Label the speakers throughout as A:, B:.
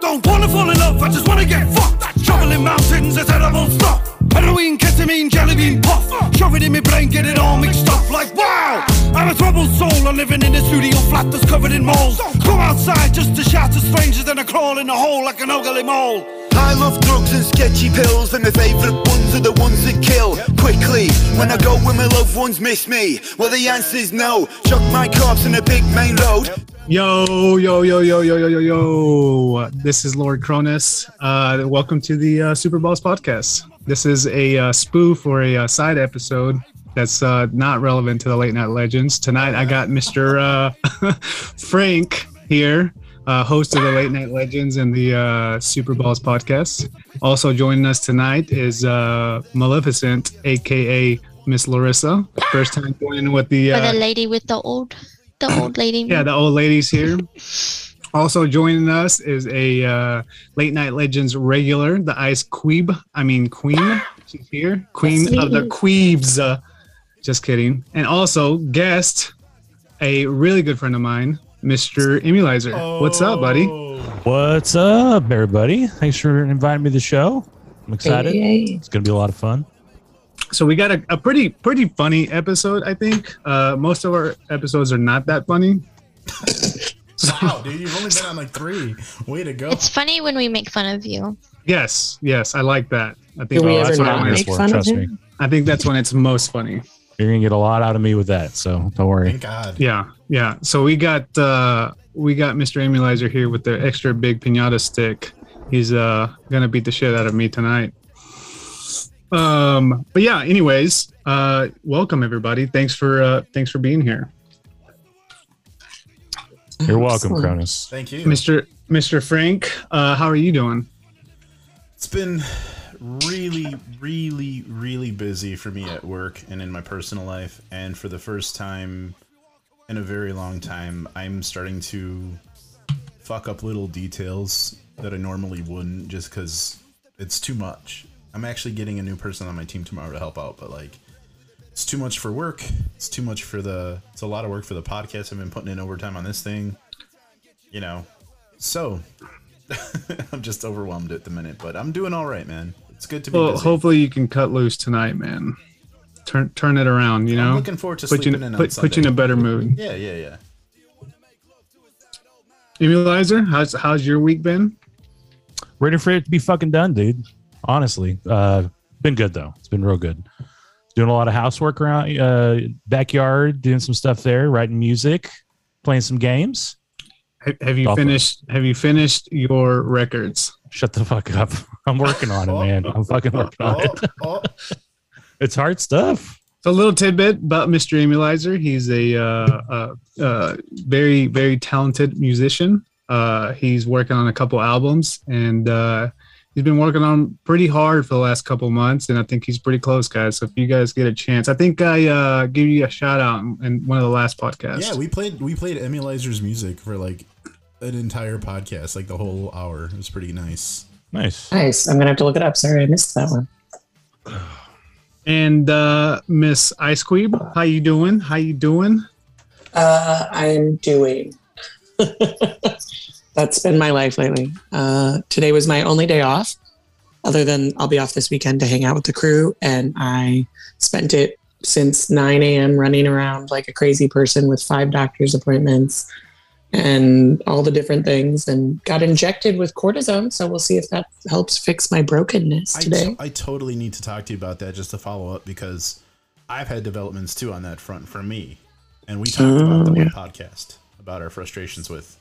A: Don't wanna fall in love, I just wanna get fucked. Traveling mountains, I said I won't stop. Heroin, ketamine, jelly bean puff. Shove it in my brain, get it all mixed up. Like, wow! I'm a troubled soul, I'm living in a studio flat that's covered in mold. Go outside just to shout to strangers, then I crawl in a hole like an ugly mole.
B: I love drugs and sketchy pills, and my favourite ones are the ones that kill quickly. When I go where my loved ones miss me, well the answer's no. Chuck my corpse in a big main road.
C: Yo, yo, yo, yo, yo, yo, yo, yo. This is Lord Cronus. Uh, welcome to the uh, Super Balls podcast. This is a uh, spoof or a uh, side episode that's uh, not relevant to the late night legends. Tonight, I got Mr. Uh, Frank here, uh, host of the late night legends and the uh, Super Balls podcast. Also joining us tonight is uh, Maleficent, aka Miss Larissa. First time joining with the
D: But
C: uh,
D: the lady with the old, the old lady.
C: yeah, the old ladies here. Also joining us is a uh, late night legends regular, the Ice Queeb. I mean Queen. She's here, Queen of the Queebs. Uh, just kidding. And also guest, a really good friend of mine, Mr. Emulizer. What's up, buddy?
E: What's up, everybody? Thanks for inviting me to the show. I'm excited.
F: Hey.
E: It's going to be a lot of fun.
C: So we got a, a pretty pretty funny episode. I think uh, most of our episodes are not that funny.
G: Wow, dude, you've only been on like three. Way to go.
D: It's funny when we make fun of you.
C: Yes, yes, I like that. I think
F: Do we
C: that's
F: ever
C: when
F: not
C: I-
F: make fun of
E: Trust me.
F: him?
C: I think that's when it's most funny.
E: You're going to get a lot out of me with that. So don't worry.
G: Thank God.
C: Yeah, yeah. So we got uh we got Mr. Emulizer here with the extra big pinata stick. He's uh gonna beat the shit out of me tonight. Um but yeah, anyways, uh welcome everybody. Thanks for uh thanks for being here.
E: You're welcome,
F: Excellent.
E: Cronus.
G: Thank you.
C: Mr. Mr. Frank, uh how are you doing?
G: It's been really, really, really busy for me at work and in my personal life. And for the first time in a very long time, I'm starting to fuck up little details that I normally wouldn't just because it's too much. I'm actually getting a new person on my team tomorrow to help out, but like, it's too much for work. It's too much for the. It's a lot of work for the podcast. I've been putting in overtime on this thing, you know. So I'm just overwhelmed at the minute, but I'm doing all right, man. It's good to be.
C: Well,
G: busy.
C: hopefully you can cut loose tonight, man. Turn turn it around, you know.
G: I'm looking forward to
C: put you
G: sleeping
C: in,
G: in on
C: put, put you in a
G: Sunday.
C: better mood.
G: Yeah, yeah, yeah.
C: Emulizer, how's how's your week been?
E: Ready for it to be fucking done, dude. Honestly. Uh, been good, though. It's been real good. Doing a lot of housework around uh, backyard, doing some stuff there, writing music, playing some games.
C: Have, have you
E: Golf club.
C: finished have you finished your records?
E: Shut the fuck up. I'm working on it, man. I'm fucking working on it.
G: Oh, oh,
E: It's hard stuff.
C: So a little tidbit about Mr. Emulizer. He's a uh, uh, uh, very, very talented musician. Uh, he's working on a couple albums, and uh, he's been working on pretty hard for the last couple months. And I think he's pretty close, guys. So if you guys get a chance, I think I uh, gave you a shout out in- in one of the last podcasts.
G: yeah, we played we played Emulizer's music for like an entire podcast, like the whole hour. It was pretty nice.
E: Nice.
F: Nice. I'm gonna have to look it up. Sorry, I missed that one.
C: and uh, Miss Ice Queen, how you doing? How you doing?
F: Uh, I am doing. That's been my life lately. Uh, today was my only day off, other than I'll be off this weekend to hang out with the crew, and I spent it since 9 a.m. running around like a crazy person with five doctor's appointments and all the different things, and got injected with cortisone. So we'll see if that helps fix my brokenness
G: I
F: today.
G: to- I totally need to talk to you about that just to follow up because I've had developments too on that front for me, and we talked about the
F: Oh,
G: one
F: yeah.
G: podcast about our frustrations with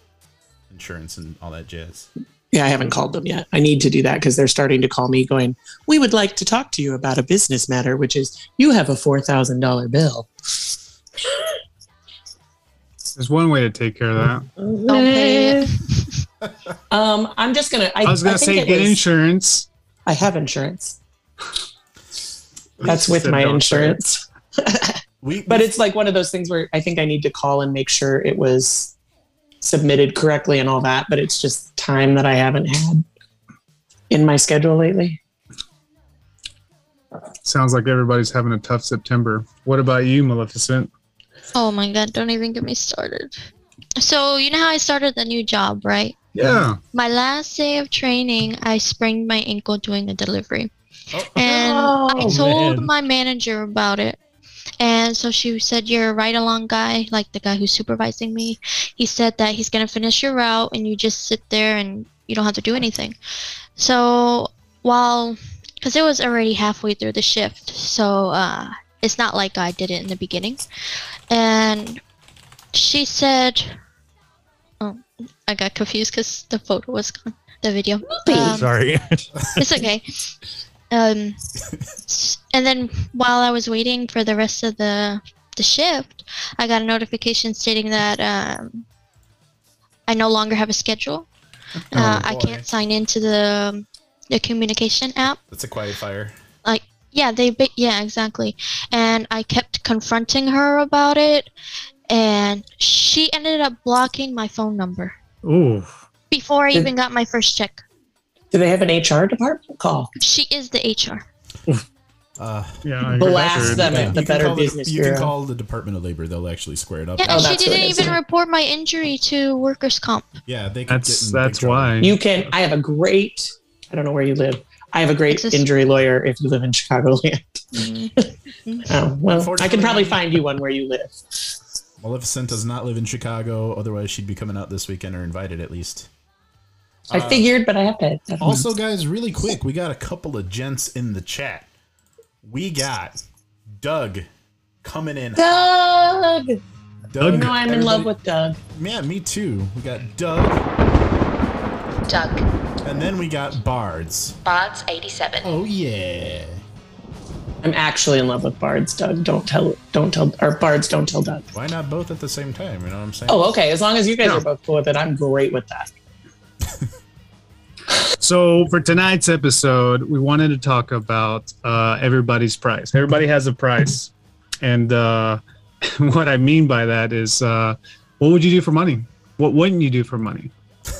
G: insurance and all that jazz.
F: Yeah, I haven't called them yet. I need to do that because they're starting to call me going, We would like to talk to you about a business matter, which is you have a $4,000 bill. Yes.
C: There's one way to take care of that.
D: Don't pay it.
F: Um, I'm just gonna. I,
C: I was
F: I
C: gonna
F: think
C: say
F: it
C: get
F: was-
C: insurance.
F: I have insurance. That's with
C: said
F: my
C: don't say it.
F: insurance.
G: We,
F: But it's like one of those things where I think I need to call and make sure it was submitted correctly and all that, but it's just time that I haven't had in my schedule lately.
C: Sounds like everybody's having a tough September. What about you, Maleficent?
D: Oh my god, don't even get me started. So, you know how I started the new job, right?
C: Yeah.
D: My last day of training, I sprained my ankle doing a delivery.
G: Oh.
D: And I
E: Oh,
D: told
E: man.
D: my manager about it. And so she said, You're a right along guy, like the guy who's supervising me. He said that he's going to finish your route and you just sit there and you don't have to do anything. So while, because it was already halfway through the shift, so uh, it's not like I did it in the beginning. And she said, Oh, I got confused because the photo was gone, the video. Um,
E: Sorry.
D: it's okay. Um, s- and then while I was waiting for the rest of the the shift, I got a notification stating that um, I no longer have a schedule. Uh, I
G: boy.
D: can't sign into the the communication app.
G: That's a quiet fire.
D: Yeah, they ba- yeah, exactly. And I kept confronting her about it, and she ended up blocking my phone number
C: Ooh.
D: before I
F: Did-
D: even got my first check.
F: Do they have an HR department? Call.
D: She is the HR.
G: Uh,
C: Yeah. I
F: Blast
C: heard.
F: them. at the
G: can
F: Better
G: call
F: Business
G: You can
F: Bureau.
G: call the Department of Labor. They'll actually square it up.
D: Yeah,
F: Oh,
D: she
F: that's who it
D: didn't
F: is,
D: even
F: yeah.
D: report my injury to workers' comp.
G: Yeah, they could get
C: That's
G: in big
C: that's
G: trouble.
C: why.
F: You can. I have a great. I don't know where you live. I have a great
D: Texas.
F: injury lawyer if you live in Chicagoland. Oh, well, I
G: Unfortunately-
F: can probably find you one where you live.
G: Maleficent does not live in Chicago. Otherwise, she'd be coming out this weekend or invited at least.
F: I figured, but I have to. I also,
G: Uh, Also, guys, really quick, we got a couple of gents in the chat. We got Doug coming in.
F: Doug. You
G: Doug,
F: know I'm in love
G: everybody-
F: with Doug.
G: Yeah, me too. We got Doug,
H: Doug,
G: and then we got Bards.
H: Bards 87.
G: Oh yeah.
F: I'm actually in love with Bards. Doug, don't tell. Don't tell. Or Bards, don't tell Doug.
G: Why not both at the same time? You know what I'm saying?
F: Oh, okay. As long as you guys are both cool with it, I'm great with that.
C: So for tonight's episode, we wanted to talk about uh, everybody's price. Everybody has a price, and uh, what I mean by that is, uh, what would you do for money? What wouldn't you do for money?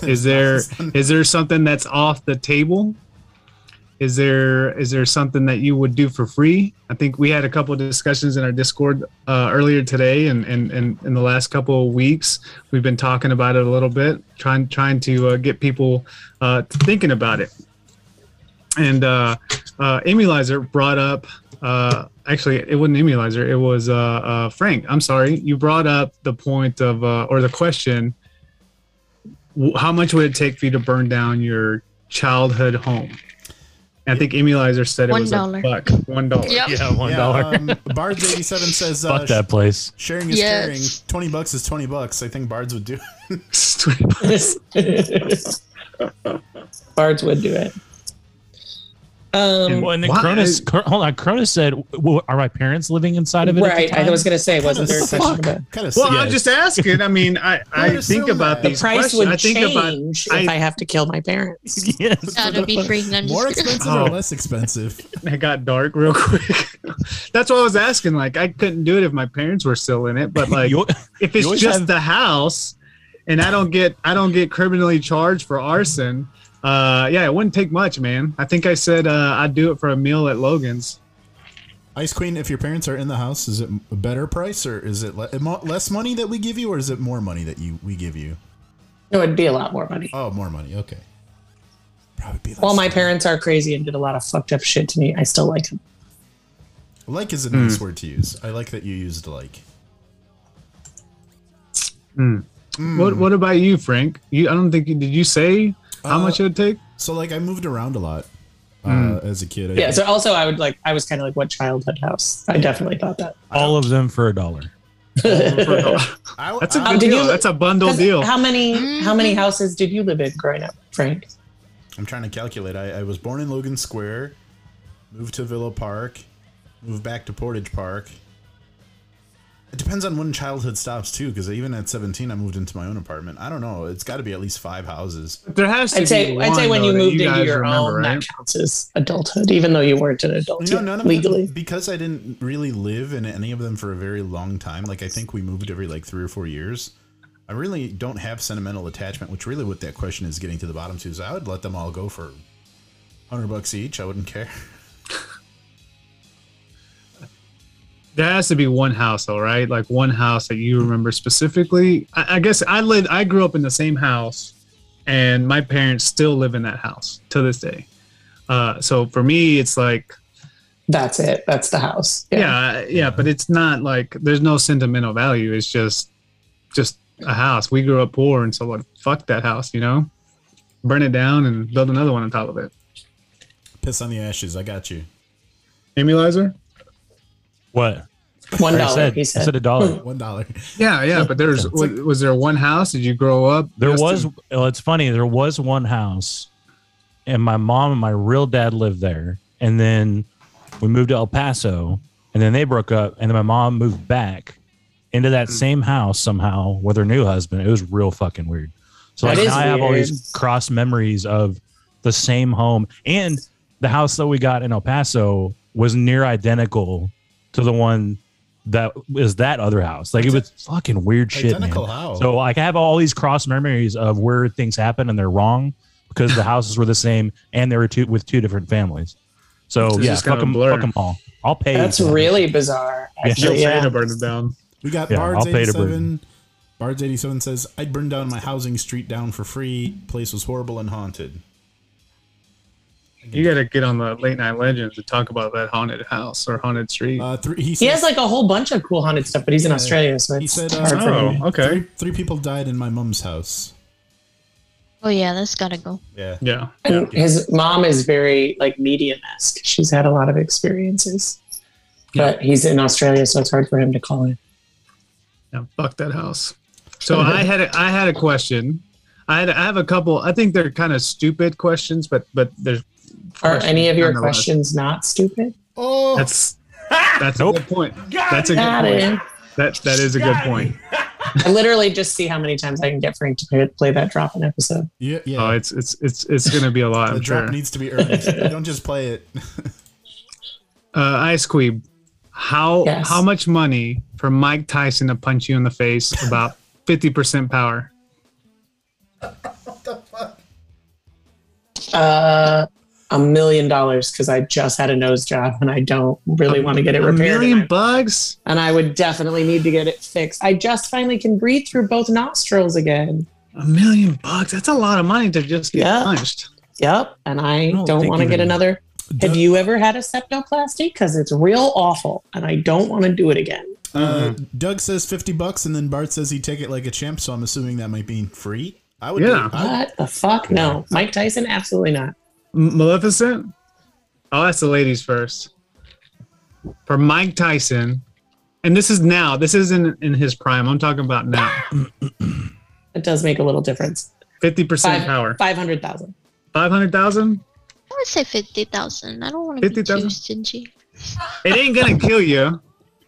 C: Is there is there something that's off the table? Is there is there something that you would do for free? I think we had a couple of discussions in our Discord uh, earlier today, and and and in the last couple of weeks, we've been talking about it a little bit, trying trying to uh, get people uh, thinking about it. And uh, uh, Amy Lizer brought up, uh, actually, it wasn't Amy Lizer, it was uh, uh, Frank. I'm sorry. You brought up the point of, uh, or the question, w- how much would it take for you to burn down your childhood home? And I think Amy Lizer said it
D: One
C: was a
D: dollar.
C: buck, one dollar.
D: Yep.
E: yeah, one
G: Yeah,
E: dollar.
G: um, Bards87 says uh,
E: Fuck that place.
G: sharing is
D: Yes.
G: caring. Twenty bucks is twenty bucks. I think Bards would do.
F: Bards would do it. Um,
E: Well, and then
C: Why-
E: Cronus, Cr- hold on. Cronus said, w- "Are my parents living inside of it?"
F: right. I was gonna say, wasn't there a
G: What the
F: question about
G: Kind of
C: Well, I'm just asking. I mean, I, I
G: would
C: think
G: assume
C: about
G: that.
C: these
F: price
C: questions.
F: would
C: I think about
F: change if
C: I-
F: I, have to kill my parents?
E: gonna. yes.
D: That would be free. No, I'm
G: more
D: just kidding.
G: expensive
C: Oh.
G: or less expensive?
C: it got dark real quick. That's what I was asking. Like, I couldn't do it if my parents were still in it. But like,
E: You-
C: if it's
E: always
C: just
E: have-
C: the house, and I don't get I don't get criminally charged for arson, uh, yeah, it wouldn't take much, man. I think I said uh, I'd do it for a meal at Logan's.
G: Ice Queen, if your parents are in the house, is it a better price or is it le- mo- less money that we give you, or is it more money that you we give you?
F: No, it'd be a lot more money.
G: Oh, more money. Okay. Probably be less.
F: While my parents are crazy and did a lot of fucked up shit to me, I still like them.
G: like is a nice
C: Hmm.
G: word to use. I like that you used like.
F: Hmm.
C: What What about you, Frank? You I don't think you, did you say
F: Uh,
C: how much it would take?
G: So like I moved around a lot uh,
C: Hmm.
G: as a kid. I
F: Yeah. So also, I would like. I was kind of like, what childhood house? I definitely thought that.
E: all of them for a dollar.
G: I,
C: That's a good
G: I-
F: uh, did
C: deal.
F: you-
C: That's a bundle
F: 'Cause
C: deal.
F: How many? How many houses did you live in growing up, Frank?
G: I'm trying to calculate. I, I was born in Logan Square, moved to Villa Park, moved back to Portage Park, It depends on when childhood stops too, because even at 17, I moved into my own apartment. I don't know. It's got to be at least five houses.
C: There has to
F: I'd say
C: be
F: I'd say
C: one,
F: when
C: though,
F: you
C: that
F: moved into
C: guys
F: your
C: remember,
F: own, that counts as adulthood, even though you weren't an adult
G: You know,
F: yet,
G: none of
F: legally.
G: them, because I didn't really live in any of them for a very long time. Like I think we moved every like three or four years. I really don't have sentimental attachment, which really what that question is getting to the bottom to is I would let them all go for hundred bucks each. I wouldn't care.
C: There has to be one house, though, right? Like one house that you remember specifically. I, I guess I lived, I grew up in the same house, and my parents still live in that house to this day. Uh, so for me, it's like,
F: That's it. That's the house.
C: yeah, yeah, but it's not like there's no sentimental value. It's just, just a house. We grew up poor, and so like, fuck that house, you know, burn it down and build another one on top of it.
G: Piss on the ashes. I got you.
C: Amy Lizer?
E: What?
F: One
E: I
F: dollar,
E: said,
F: he
E: I said
F: said.
E: a dollar.
G: One dollar.
C: Yeah, yeah, but there's was, was there one house? Did you grow up?
E: There
C: just
E: was.
C: in-
E: well, it's funny. There was one house, and my mom and my real dad lived there. And then we moved to El Paso, and then they broke up. And then my mom moved back into that
F: Hmm.
E: same house somehow with her new husband. It was real fucking weird. So
F: That
E: like,
F: is
E: now I have all these
F: weird.
E: cross memories of the same home, and the house that we got in El Paso was near identical to the one that is that other house. Like it was fucking weird shit. man.
G: Identical
C: Oh.
G: how?
E: So like I have all these cross memories of where things happen and they're wrong because the houses were the same and they were two with two different families. So
C: It's
E: yeah,
C: just
E: fuck
C: kinda
E: them,
C: blur.
E: all. I'll pay.
F: That's
E: for it.
F: really bizarre.
E: Yeah.
F: Actually,
C: You're afraid
F: yeah.
C: to burn it down.
G: We got
E: Yeah,
G: Bards
E: I'll pay to
G: 87. Bards 87 says, I'd burn down my housing street down for free. Place was horrible and haunted.
C: You got to get on the late night legends to talk about that haunted house or haunted street.
G: Uh, three, he,
F: He
G: says,
F: has like a whole bunch of cool haunted stuff, but he's in Australia, so
G: he
F: it's
G: said,
F: hard for
G: uh,
F: him.
C: oh, okay.
G: three, three people died in my mom's house.
D: Oh yeah, that's gotta go.
G: Yeah.
C: yeah.
F: And his mom is very like medium esque. She's had a lot of experiences, but he's in Australia, so it's hard for him to call in.
C: Yeah, fuck that house. So I had a, I had a question. I had I have a couple. I think they're kind of stupid questions, but but there's
F: Are any of your
C: nonetheless.
F: questions not stupid?
G: Oh,
C: that's that's a good point. that's a good
F: Got
C: point.
F: it.
C: That that is a good point.
F: I literally just see how many times I can get Frank to play, play that drop in episode.
G: yeah. yeah.
C: Oh, it's it's it's it's gonna be a lot.
G: the
C: I'm
G: drop
C: sure.
G: needs to be earned. You don't just play it.
C: Uh, Ice Queeb, how
F: Yes.
C: how much money for Mike Tyson to punch you in the face about fifty percent power?
F: Uh, a million dollars because I just had a nose job and I don't really want to get it
C: A
F: repaired. and I-
C: million bucks?
F: and I would definitely need to get it fixed. I just finally can breathe through both nostrils again.
C: A million bucks? That's a lot of money to just get
F: Yeah.
C: punched.
F: Yep. And I
E: don't
F: don't,
E: think
F: want to
E: you
F: get
E: can-
F: another. Have
G: Duh.
F: you ever had a septoplasty? Because it's real awful and I don't want to do it again.
G: Uh, Doug says 50 bucks, and then Bart says he'd take it like a champ, so I'm assuming that might be free. I would
C: Mm-hmm. Yeah.
G: do- I would-
F: What the fuck? No. Mike Tyson? Absolutely not.
C: M- Maleficent? I'll ask the ladies first. For Mike Tyson, and this is now, this isn't in his prime. I'm talking about now.
F: It does make a little difference.
C: 50%
F: Five-
C: power.
F: 500,000.
C: 500,000?
D: I would say fifty thousand. I don't want to be
C: 50,000?
D: too stingy.
C: It ain't gonna kill you.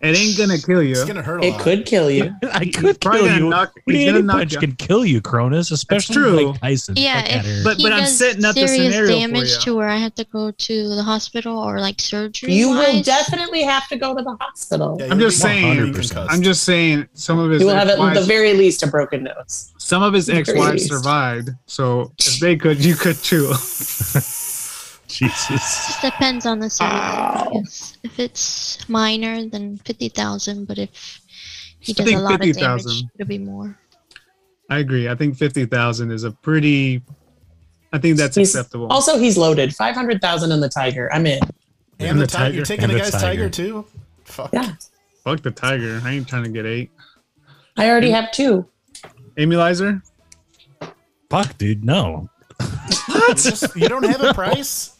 C: It ain't gonna kill you.
G: It's going to hurt a
F: It
G: lot.
F: could kill you.
E: I could
C: probably
E: kill
C: gonna
E: you.
C: knock-
E: What do
C: he's
E: you
C: gonna
E: mean
C: knock
E: punch
C: you.
E: can kill you, Cronus, especially
C: true.
E: Mike Tyson.
D: Yeah,
E: Fuck outta
D: if
E: here.
C: But-
D: he
C: but I'm
D: does
C: setting up the
D: serious
C: scenario for
D: damage
C: ya.
D: to where I have to go to the hospital or like surgery.
F: You will
D: wise,
F: definitely have to go to the hospital.
G: Yeah,
C: I'm
G: you'll
C: just
G: be
C: saying.
G: 100%.
C: I'm just saying some of his
F: You will have at the
C: ex-wives-
F: very least a broken nose.
C: some of his ex-wives
F: Christ.
C: survived. So if they could, you could too.
E: Jesus.
D: just depends on the settlement. Yes. If it's minor, then fifty thousand. But if
C: I
D: he does
C: think
D: a lot of damage,
C: 50,000.
D: it'll be more.
C: I agree. I think fifty thousand is a pretty. I think that's
F: He's-
C: acceptable.
F: Also, he's loaded. 500,000 in the tiger. I'm in.
G: And the
E: the
G: tiger.
E: tiger.
G: You're taking
E: And
G: a
E: the
G: guy's tiger,
E: tiger.
G: too? Fuck.
F: Yeah.
C: Fuck the tiger. I ain't trying to get eight.
F: I already have two.
C: Amy Lizer?
E: Fuck, dude. No.
G: Just- you don't have a price?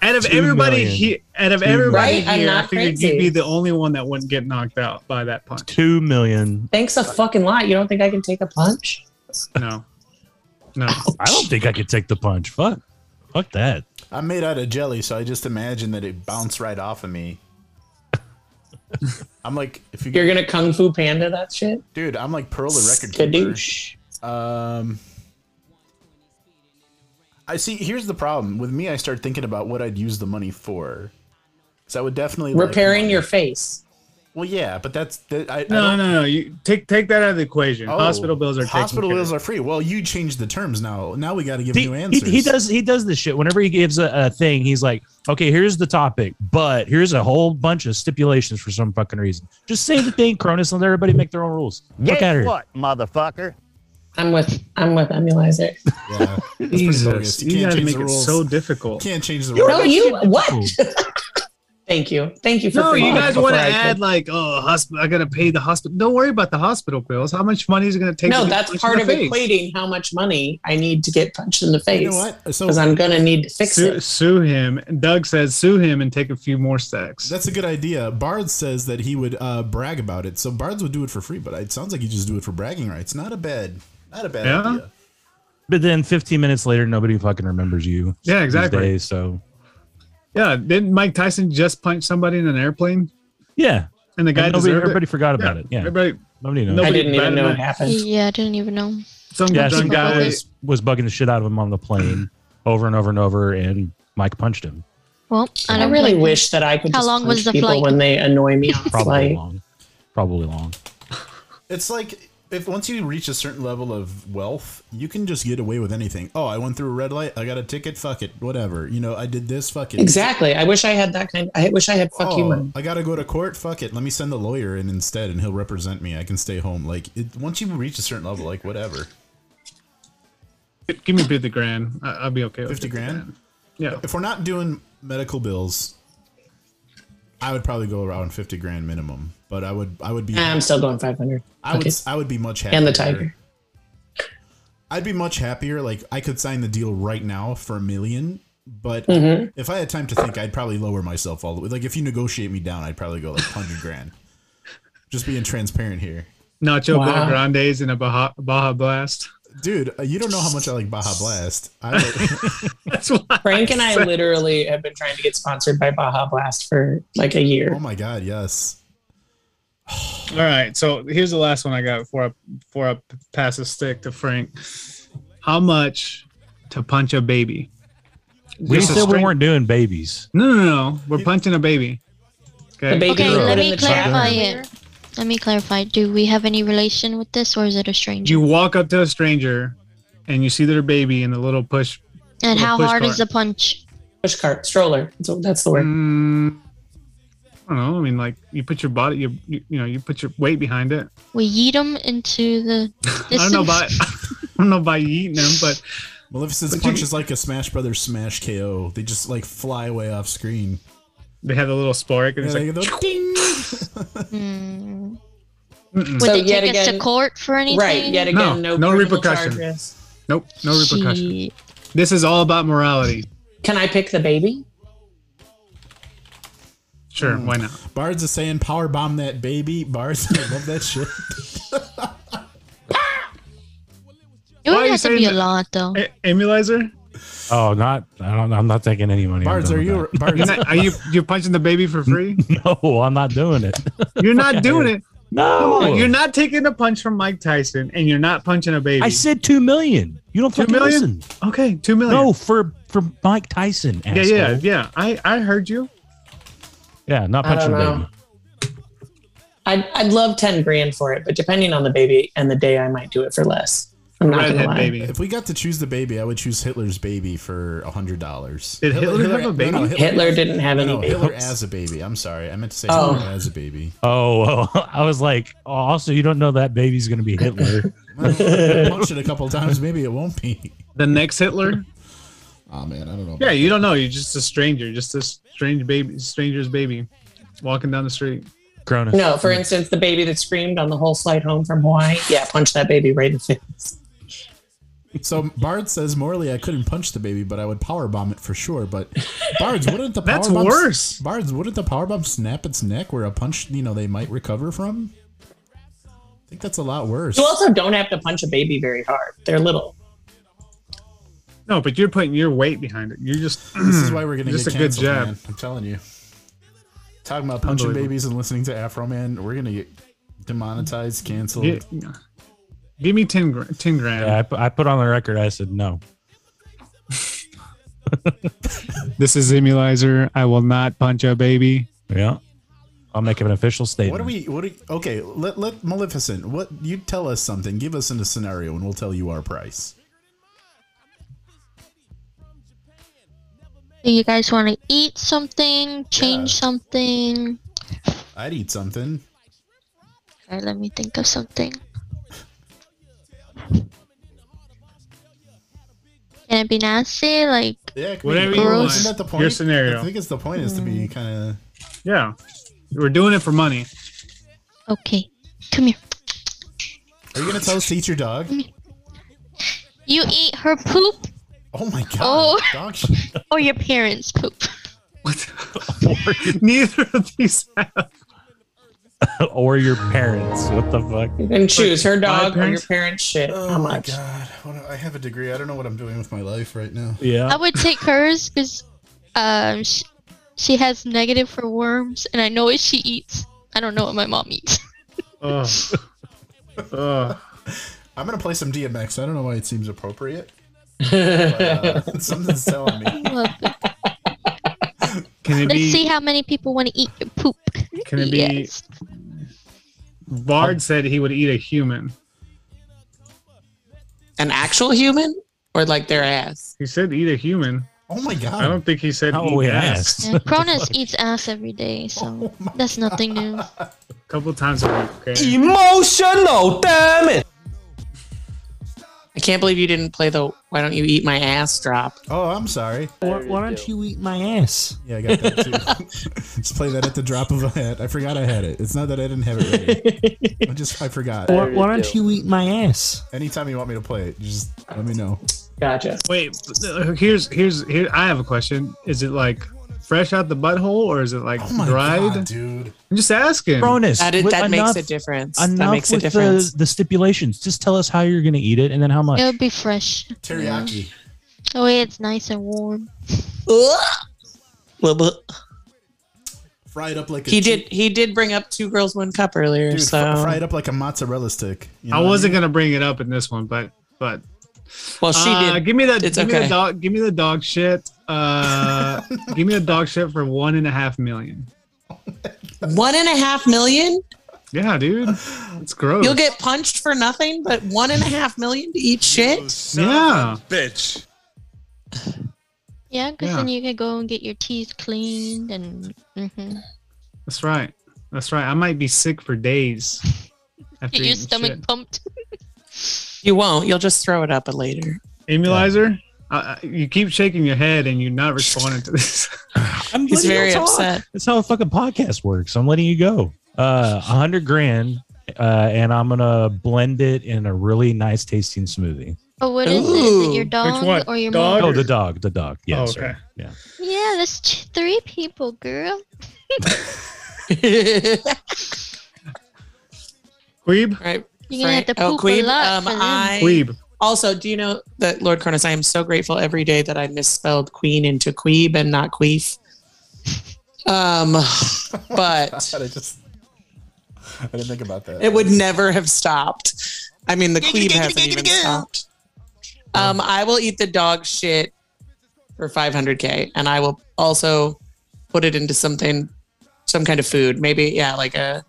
C: Out of
E: Two
C: everybody
E: million.
C: he out of everybody
F: Right? I'm
C: here, I
F: not
C: figured
F: crazy.
C: you'd be the only one that wouldn't get knocked out by that punch.
E: Two million.
F: Thanks a fucking lot. You don't think I can take a punch?
C: No. No.
E: I don't think I could take the punch. Fuck. Fuck that.
G: I'm made out of jelly, so I just imagine that it bounced right off of me. I'm like, if you
F: You're gonna kung fu panda that shit?
G: dude, I'm like Pearl the record keeper.
F: Skadoosh.
G: Um, I see. Here's the problem with me. I start thinking about what I'd use the money for. So I would definitely like-
F: Repairing your face.
G: well, yeah, but that's that, I, I
C: No,
G: don't-
C: no, no. You take take that out of the equation.
G: Oh,
C: hospital bills are taken
G: hospital
C: care
G: bills
C: of.
G: are free. Well, you changed the terms now. Now we got to give
E: He,
G: new
E: he,
G: answers.
E: he does he does this shit whenever he gives a, a thing he's like okay here's the topic but here's a whole bunch of stipulations for some fucking reason just say the thing Cronus and let everybody make their own rules look at her
A: motherfucker?
F: I'm with I'm with Emulizer.
G: Yeah, that's pretty bogus.
C: Jesus, you
G: can't
C: gotta
G: change
C: make
G: the
C: it
G: rules.
C: so difficult.
G: can't change the
F: No,
G: rules.
F: you what?
E: Cool.
F: Thank you. Thank you for
C: No, you
F: forgetting
C: guys
F: before
C: want to
F: I
C: add
F: could-
C: like, oh, hosp- I gotta pay the hospital. Don't worry about the hospital bills. How much money is it gonna take? to
F: No,
C: get
F: that's
C: punched
F: part
C: in
F: of
C: the face?
F: equating how much money I need to get punched in the face.
G: You know what? So
F: Because I'm gonna need to fix
C: Sue,
F: it.
C: sue him. Doug says sue him and take a few more stacks.
G: that's a good idea. Bard says that he would uh, brag about it, so Bards would do it for free. But it sounds like you just do it for bragging rights. Not a bad, not a bad
C: Yeah?
G: idea.
E: but then 15 minutes later nobody fucking remembers you
C: Yeah,
E: these
C: exactly.
E: days, so
C: yeah, didn't Mike Tyson just punch somebody in an airplane?
E: yeah
C: And the guy
E: And nobody,
C: deserved it?
E: everybody forgot
C: Yeah,
E: about it yeah
C: Everybody,
E: nobody knows
F: I
C: nobody
F: didn't even
C: batted
F: know
C: an
F: it
C: eye.
F: happened.
D: Yeah, I didn't even know.
C: some
E: yeah some
C: drunk
E: guy
C: guy.
E: was, was bugging the shit out of him on the plane over and over and over and Mike punched him
D: Well, I
F: I
D: don't
F: really
D: like-
F: wish that I could
D: How
F: just
D: long
F: punch
D: was the
F: people
D: flight?
F: when they annoy me on
E: probably
F: flight.
E: long probably long
G: It's like if once you reach a certain level of wealth, you can just get away with anything. Oh, I went through a red light. I got a ticket. Fuck it. Whatever. You know, I did this. Fuck it.
F: Exactly. I wish I had that kind. I wish I had fuck you
G: Oh,
F: money.
G: I gotta go to court. Fuck it. Let me send the lawyer in instead, and he'll represent me. I can stay home. Like it, once you reach a certain level, like whatever,
C: Give me fifty grand. I- I'll be okay with
G: fifty grand.
C: Yeah,
G: If we're not doing medical bills, I would probably go around fifty grand minimum. But I would, I would be,
F: Nah, I'm still going 500.
G: I would,
F: Okay.
G: I would be much happier.
F: And the tiger.
G: I'd be much happier. Like I could sign the deal right now for a million. But
F: Mm-hmm.
G: if I had time to think, I'd probably lower myself all the way. Like if you negotiate me down, I'd probably go like hundred grand. Just being transparent here.
C: Nacho
F: Wow.
C: Bel Grandes and a Baja, Baja Blast.
G: Dude, uh, you don't know how much I like Baja Blast. I like,
C: That's why.
F: Frank and I literally have been trying to get sponsored by Baja Blast for like a year.
G: oh my god, yes.
C: All right, so here's the last one I got before I before I pass a stick to Frank. How much to punch a baby?
E: we
C: Just a
E: said we
C: straight-
E: weren't doing babies
C: No, no, no. We're punching a baby. Okay.
F: The baby
D: Okay,
F: wrote
D: let
F: in
D: me
F: the chat
D: clarify
F: earlier.
D: it. Let me clarify. Do we have any relation with this, or is it a stranger?
C: You walk up to a stranger, and you see their baby in the little push.
D: and
C: Little
D: how
C: push
D: hard
C: cart.
D: is the punch?
F: Push cart, stroller. So that's the word.
C: Mm, I don't know. I mean, like you put your body, you you, you know, you put your weight behind it.
D: We yeet them into the.
C: I
D: Distance.
C: don't know about. I don't know by eating them, but
G: Maleficent's punch is like a Smash Brothers smash KO. They just like fly away off screen.
C: they have a little spork, and
G: Yeah,
C: it's
G: they
C: like,
G: go, ding.
D: Hmm.
C: Mm-mm.
D: Would
F: So
D: they
F: yet
D: take us to
F: again-
D: court for anything?
F: Right. Yet again,
C: No,
F: no,
C: no
F: criminal
C: repercussion.
F: charges.
C: nope, no repercussion.
D: Shit.
C: This is all about morality.
F: Can I pick the baby?
C: Sure,
G: Mm.
C: why not?
G: Bards is saying power bomb that baby. Bards, I love that shit.
D: It
C: Why
D: would
C: are you
D: have to
C: saying
D: be a
C: that? Eh.
D: lot, though.
C: A- Emulizer?
E: Oh, not I don't. I'm not taking any money. I'm
G: Bards,
E: done
G: are
E: with
G: you Bards?
C: You're not, are you you punching the baby for free?
E: that. No, Oh, I'm not doing it.
C: You're not doing it.
E: No,
C: You're not taking a punch from Mike Tyson, and you're not punching a baby.
E: I said two million. You don't
C: Two
E: fucking
C: million?
E: listen.
C: okay, two million.
E: No, for for Mike Tyson.
C: yeah,
E: Asshole.
C: yeah, yeah. I I heard you.
E: yeah. Not
F: I
E: punching
F: don't
E: baby.
F: know. I'd, I'd love 10 grand for it, but depending on the baby and the day, I might do it for less. I'm not going to
C: Redhead
F: lie.
C: baby.
G: if we got to choose the baby, I would choose Hitler's baby for a hundred dollars.
C: Did Hitler have a baby?
G: No, no,
F: Hitler didn't have
G: no,
F: any
G: no,
F: baby.
G: Hitler as a baby. I'm sorry, I meant to say
F: Oh.
G: Hitler as a baby.
E: Oh, oh, I was like. oh, Also, you don't know that baby's gonna be Hitler.
G: Well, I punched it a couple times. Maybe it won't be.
C: The next Hitler?
G: Oh man, I don't know.
C: Yeah, you don't know. You're just a stranger, just a strange baby, stranger's baby, walking down the street.
E: Cronus.
F: No, for instance, the baby that screamed on the whole flight home from Hawaii. Yeah, punch that baby right in the face.
G: So Bard says morally, I couldn't punch the baby, but I would power bomb it for sure. But Bards, wouldn't the power
C: That's
G: bomb
C: worse.
G: Bards, wouldn't the power bomb snap its neck where a punch, you know, they might recover from? I think that's a lot worse.
F: You also don't have to punch a baby very hard. They're little.
C: No, but you're putting your weight behind it. You're Hmm. just
G: This is why we're gonna
C: Just
G: get
C: a good
G: canceled,
C: jab.
G: man. I'm telling you. Talking about punching
C: Unbelievable.
G: babies and listening to Afro Man, we're gonna get demonetized, canceled.
C: Gi- Give me 10, gra- 10 grand.
E: Yeah, I, pu- I put on the record. I said no.
C: This is Emulizer. I will not punch a baby.
E: Yeah, I'll make it an official statement.
G: What are we? What are? Okay, let let Maleficent. What you tell us something? Give us in a scenario, and we'll tell you our price.
D: Do you guys want to eat something? Change something?
G: I'd eat something.
D: Okay, let me think of something. Can it be nasty? Like,
G: Yeah, it could
C: Whatever
G: be,
D: you
G: isn't
D: want.
G: that the point?
C: Your scenario.
G: I think it's the point is to be kind of.
C: Yeah. We're doing it for money.
D: okay, come here.
G: Are you gonna tell us to eat your dog?
D: You eat her poop
G: Oh my god!
D: Oh.
G: Dog shit.
D: or your parents' poop?
C: Neither of these have.
E: or your parents? What the fuck?
F: You can choose her dog or your
C: parents?
F: parents' shit.
G: Oh
F: How
G: my
F: much?
G: god! What, do- I have a degree. I don't know what I'm doing with my life right now.
D: I
E: Yeah.
D: would take hers because um, she, she has negative for worms, and I know what she eats. I don't know what my mom eats.
C: Oh. Oh.
G: I'm gonna play some DMX. I don't know why it seems appropriate. But, uh, something's telling me.
D: Look,
C: Can it
D: Let's see
C: be?
D: how many people want to eat your poop.
C: Can it be-
D: Yes.
C: Bard said he would eat a human.
F: An actual human or like their ass?
C: He said eat a human.
G: Oh my
C: I
G: god!
C: don't think he said
E: Oh,
C: eat
E: yeah.
C: ass.
D: Yeah, Cronus eats ass every day,
C: Oh
D: so that's nothing new.
C: A couple times a week. Okay.
I: Emotional, damn it!
F: I can't believe you didn't play the "Why don't you eat my ass" drop.
G: Oh, I'm sorry.
I: Why, why don't you eat my ass?
G: Yeah, I got that too. just play that at the drop of a hat. I forgot I had it. It's not that I didn't have it ready. I just I forgot.
I: Why, why don't you eat my ass?
G: Anytime you want me to play it, just let me know.
F: Gotcha.
C: Wait, but, uh, here's here's here. I have a question. Is it like fresh out the butthole or is it like dried?
G: Oh God, dude.
C: I'm just asking.
E: Cronus.
F: That, is,
E: with-
F: that
E: enough-
F: makes a difference.
E: Enough
F: That makes a
E: with
F: difference.
E: The, the stipulations. Just tell us how you're going to eat it and then how much.
D: It would be fresh.
C: Mm.
G: Teriyaki.
D: The way it's nice and warm.
F: Blah, blah.
G: Fried up like a
F: He did. He did bring up two girls, one cup earlier.
G: dude,
F: so,
G: fr- fried up like a mozzarella stick. You
C: I
G: know?
C: wasn't gonna bring it up in this one, but but
F: well, she
C: uh,
F: did.
C: Give me that.
F: It's
C: give me
F: okay.
C: the dog. Give me the dog shit. Uh, give me the dog shit for one and a half million.
F: One and a half million.
C: Yeah, dude, it's gross.
F: You'll get punched for nothing, but one and a half million to eat shit.
C: yeah.
A: Bitch.
D: Yeah, because
C: Yeah.
D: then you can go and get your teeth cleaned and. hmm
C: That's right. That's right. I might be sick for days. After
D: Get your
C: eating
D: stomach
C: shit.
D: pumped.
F: You won't. You'll just throw it up later.
C: Emulizer, uh, you keep shaking your head and you're not responding to this.
E: I'm
F: He's
E: letting you
F: very
E: talk.
F: upset.
E: That's how a fucking podcast works. I'm letting you go. Uh, a hundred grand, uh, and I'm gonna blend it in a really nice tasting smoothie.
D: Oh, what is it? Is it your
F: Ooh.
D: dog
C: one?
D: or your
C: Dog?
E: Oh,
D: mom?
E: the dog, the dog. Yeah,
C: Oh,
E: sorry.
C: okay.
E: Yeah.
D: Yeah, that's t- three people, girl.
C: Queeb,
F: right.
D: You're gonna have to
F: Frank- oh,
D: poop a
F: Queen,
D: lot
F: um,
D: for them.
F: I
C: Queeb.
F: also do you know that Lord Cronus? I am so grateful every day that I misspelled queen into queeb and not queef. Um, but
G: God, I just. I didn't think about that.
F: it would never have stopped. I mean, the queeb hasn't even stopped. Um, I will eat the dog shit for 500k, and I will also put it into something, some kind of food. Maybe yeah, like a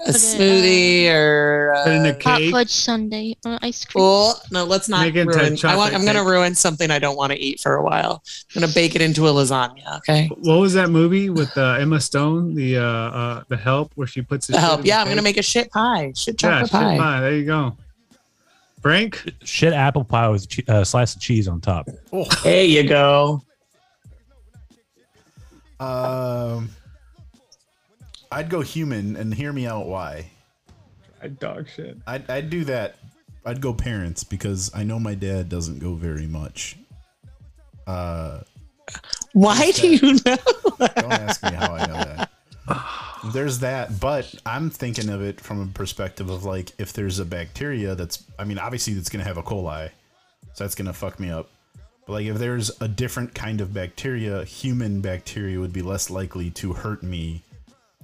F: a
D: Put it, uh,
F: smoothie or
C: Put in
F: uh,
C: a
D: Hot
C: cake.
D: fudge sundae or ice cream.
F: Well, no, let's not
C: Make it into
F: ruin. I
C: chocolate
F: want, I'm going to
C: cake.
F: ruin something I don't want to eat for a while. I'm going to bake it into a lasagna. Okay.
C: What was that movie with uh, Emma Stone, the uh, uh, the Help, where she puts the
F: The
C: shit
F: help.
C: in the
F: Yeah, I'm going to
C: cake?
F: make a shit pie. Shit
C: yeah,
F: chocolate
C: shit pie.
F: pie.
C: There you go. Frank,
E: Shit, apple pie with che- uh, slice of cheese on top.
F: There you go.
G: Um, I'd go human, and hear me out. Why?
C: dog shit.
G: I'd, I'd do that. I'd go parents because I know my dad doesn't go very much. Uh,
F: Why do you know?
G: Don't ask me how I know that. There's that, but I'm thinking of it from a perspective of like if there's a bacteria that's, I mean, obviously it's gonna have a coli, so that's gonna fuck me up. But like if there's a different kind of bacteria, human bacteria would be less likely to hurt me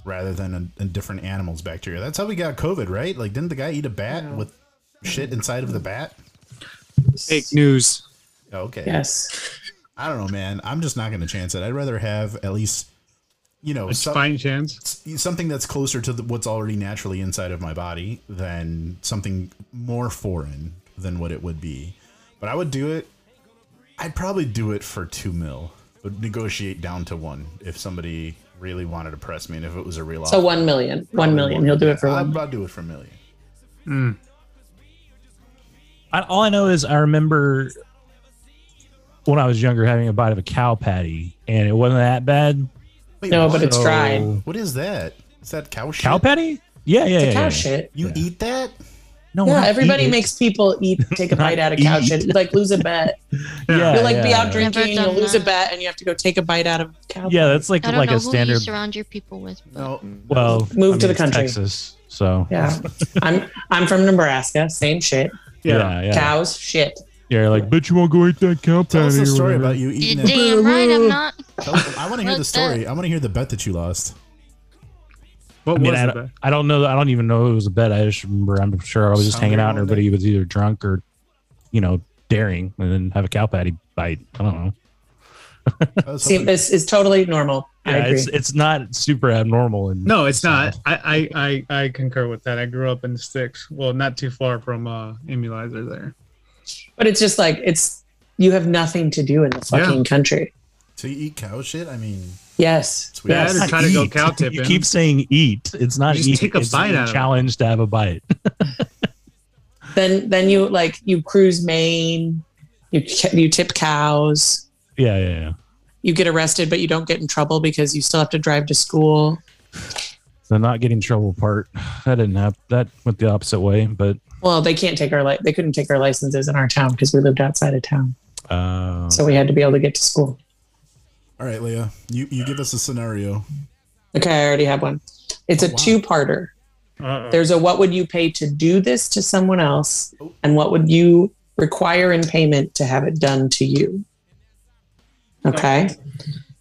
G: rather than a, a different animal's bacteria. That's how we got COVID, right? Like didn't the guy eat a bat with shit inside of the bat? Oh,
C: Fake news.
G: Okay.
F: Yes.
G: I don't know, man. I'm just not going to chance it. I'd rather have at least you know,
C: A
G: some-
C: fine chance.
G: something that's closer to the, what's already naturally inside of my body than something more foreign than what it would be. But I would do it. I'd probably do it for two mil, but negotiate down to one if somebody really wanted to press me and if it was a real
F: So one million. One million. He'll do it for
G: I'd,
F: one.
G: I'd do it for a million.
E: I, all I know is I remember when I was younger having a bite of a cow patty, and it wasn't that bad.
G: Wait,
F: No,
G: what?
F: but it's dried.
G: What is that? Is that cow shit?
E: Cow patty? Yeah, yeah, yeah.
F: It's a cow
E: yeah.
F: shit.
G: You eat that?
E: No,
F: Yeah,
E: not
F: everybody
E: eat it.
F: makes people eat, take a bite out of cow
E: eat.
F: shit. You like lose a bet.
E: Yeah,
F: You'll like be
E: yeah,
F: out
E: yeah.
F: drinking,
D: Never
F: you'll
D: done
F: lose a
D: that.
F: bet, and you have to go take a bite out of cow.
E: Yeah, that's like
D: I don't
E: like
D: know
E: a
D: who
E: standard.
D: you surround your people with. but-
G: No.
E: Well,
F: Move
E: I
F: to
E: mean,
F: the
E: it's
F: country.
E: Texas. So
F: Yeah. I'm I'm from Nebraska. Same shit.
E: yeah, yeah, yeah.
F: Cows shit.
E: like, but you won't go eat that cow patty.
G: Tell us
E: or
G: a story
E: whatever."
G: about you
D: You're
G: eating it.
D: damn right I'm not.
G: Tell- I want to hear the
D: What's
G: story. I want to hear the bet that you lost.
C: What
E: I mean,
C: was
E: I
C: it?
E: don't, I don't know. I don't even know it was a bet. I just remember. I'm sure I was just
G: Hungry
E: hanging out, and
G: one
E: everybody was either drunk or, you know, daring, and then have a cow patty bite. I don't know.
G: I was
F: See,
G: hoping-
F: this is totally normal. I
E: Yeah,
F: agree.
E: it's it's not super abnormal. And
C: No, it's not. I, I, I, I concur with that. I grew up in the sticks. Well, not too far from uh, Emulizer there.
F: but it's just like it's you have nothing to do in the fucking country.
G: So you eat cow shit? I mean,
F: Yes.
G: It's weird.
C: That or
F: Yes.
C: try to go
E: Eat.
C: cow tipping.
E: You keep saying eat. It's not
C: You just
E: eat.
C: take a
E: it's
C: bite
E: a
C: out of it.
E: challenge to have a bite.
F: Then then you like you cruise Maine, you ca- you tip cows,
E: Yeah, yeah, yeah.
F: you get arrested but you don't get in trouble because you still have to drive to school.
E: The not getting in trouble part that didn't happen. That went the opposite way. But
F: Well, they can't take our li- they couldn't take our licenses in our town because we lived outside of town.
E: uh,
F: So we had to be able to get to school.
G: All right, Leah, you, you give us a scenario.
F: Okay, I already have one. It's a
G: wow.
F: two-parter.
C: Uh-oh.
F: There's a what would you pay to do this to someone else, and what would you require in payment to have it done to you? Okay.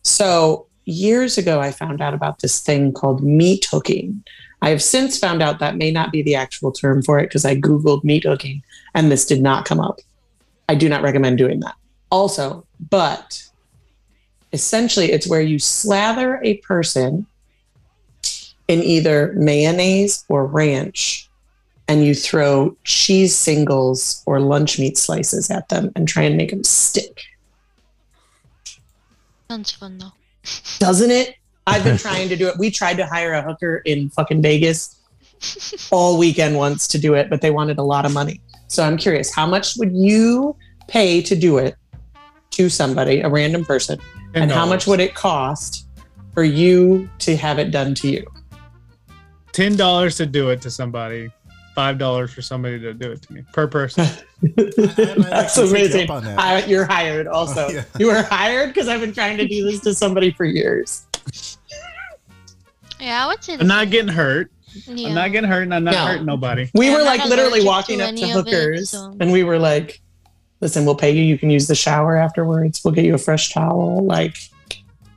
F: So years ago, I found out about this thing called meat hooking. I have since found out that may not be the actual term for it because I Googled meat hooking and this did not come up. I do not recommend doing that. Also, but essentially, it's where you slather a person in either mayonnaise or ranch and you throw cheese singles or lunch meat slices at them and try and make them stick.
D: Sounds fun though.
F: Doesn't it? I've been trying to do it. We tried to hire a hooker in fucking Vegas all weekend once to do it, but they wanted a lot of money. So I'm curious, how much would you pay to do it to somebody, a random person? And how much would it cost for you to have it done to you?
C: ten dollars to do it to somebody? Five dollars for somebody to do it to me per person.
F: That's
G: actually picked you
F: amazing.
G: up on that.
F: I, you're hired also.
G: Oh, yeah.
F: You were hired because I've been trying to do this to somebody for years.
D: Yeah, I would say.
C: I'm not getting hurt.
D: Yeah.
C: I'm not getting hurt, and I'm not
F: No.
C: hurting nobody.
F: We
D: Yeah,
F: were
D: I'm
F: like
D: not
F: literally
D: allergic
F: walking
D: to
F: up to
D: any of it,
F: hookers
D: so-
F: and we were like, listen, we'll pay you. You can use the shower afterwards. We'll get you a fresh towel. Like,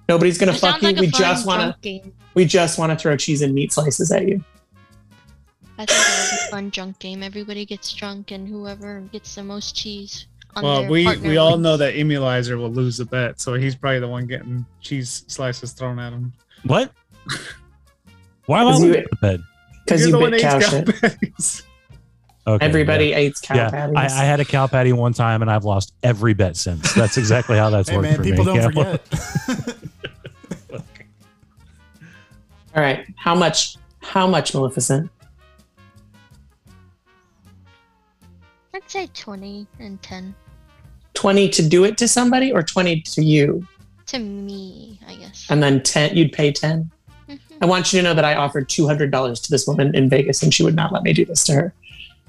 F: nobody's going
D: It
F: to fuck
D: sounds
F: you.
D: like a
F: we
D: fun
F: just want to.
D: drunk game.
F: We just want to throw cheese and meat slices at you.
D: I think that would be a fun drunk game. Everybody gets drunk, and whoever gets the most cheese on
C: Well,
D: their
C: we
D: partner.
C: we all know that Emulizer will lose the bet, so he's probably the one getting cheese slices thrown at him.
E: what? Why am I
F: Is you-
E: looking at the bed?
F: Because
C: You're
F: you
C: the one
F: bit cow
C: that eats
F: shit.
C: patties.
E: Okay,
F: Everybody eats cow
E: yeah,
F: patties.
E: I, I had a cow patty one time, and I've lost every bet since. That's exactly how that's
G: Hey,
E: worked
G: man,
E: for
G: people
E: me.
G: don't
E: Yeah.
G: forget.
F: All right. How much? How much, Maleficent?
D: I'd say twenty and ten
F: 20 to do it to somebody or 20 to you?
D: to me, I guess.
F: and then 10 you'd pay 10
D: Mhm.
F: i want you to know that i offered $200 to this woman in vegas and she would not let me do this to her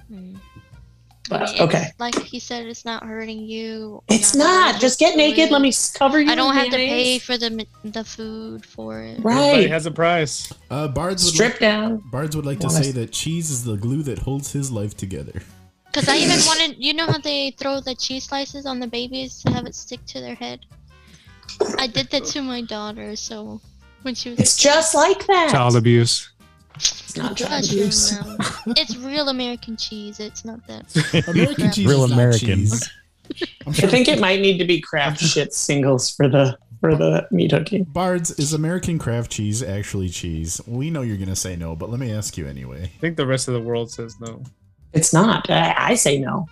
D: Hmm. I mean,
F: but
D: it's-
F: uh, okay
D: Like he said, it's not hurting you.
F: it's not
D: allergic
F: just get
D: to
F: naked
D: it.
F: let me s- cover you
D: I don't
F: in
D: have to pay
F: mayonnaise.
D: for the mi- the food for it.
C: Everybody
F: right
C: has a price.
G: uh, Bards would
F: strip down
G: Like, Bards would like to
F: Honest.
G: say that cheese is the glue that holds his life together.
D: Because I even wanted, you know how they throw the cheese slices on the babies to have it stick to their head? I did that to my daughter, so when she was.
F: It's just like that.
C: Child abuse.
F: It's not child
D: Trust
F: abuse.
D: your mouth. It's real American cheese. It's not that.
G: American cheese
E: Real
G: is not
E: American.
G: cheese.
F: I
G: I'm sure
F: think it might need to be craft shit singles for the for the meat hooking.
G: Bards.
J: Is American craft cheese actually cheese? We know you're gonna say no, but let me ask you anyway.
C: I think the rest of the world says no.
F: It's not. I, I say no.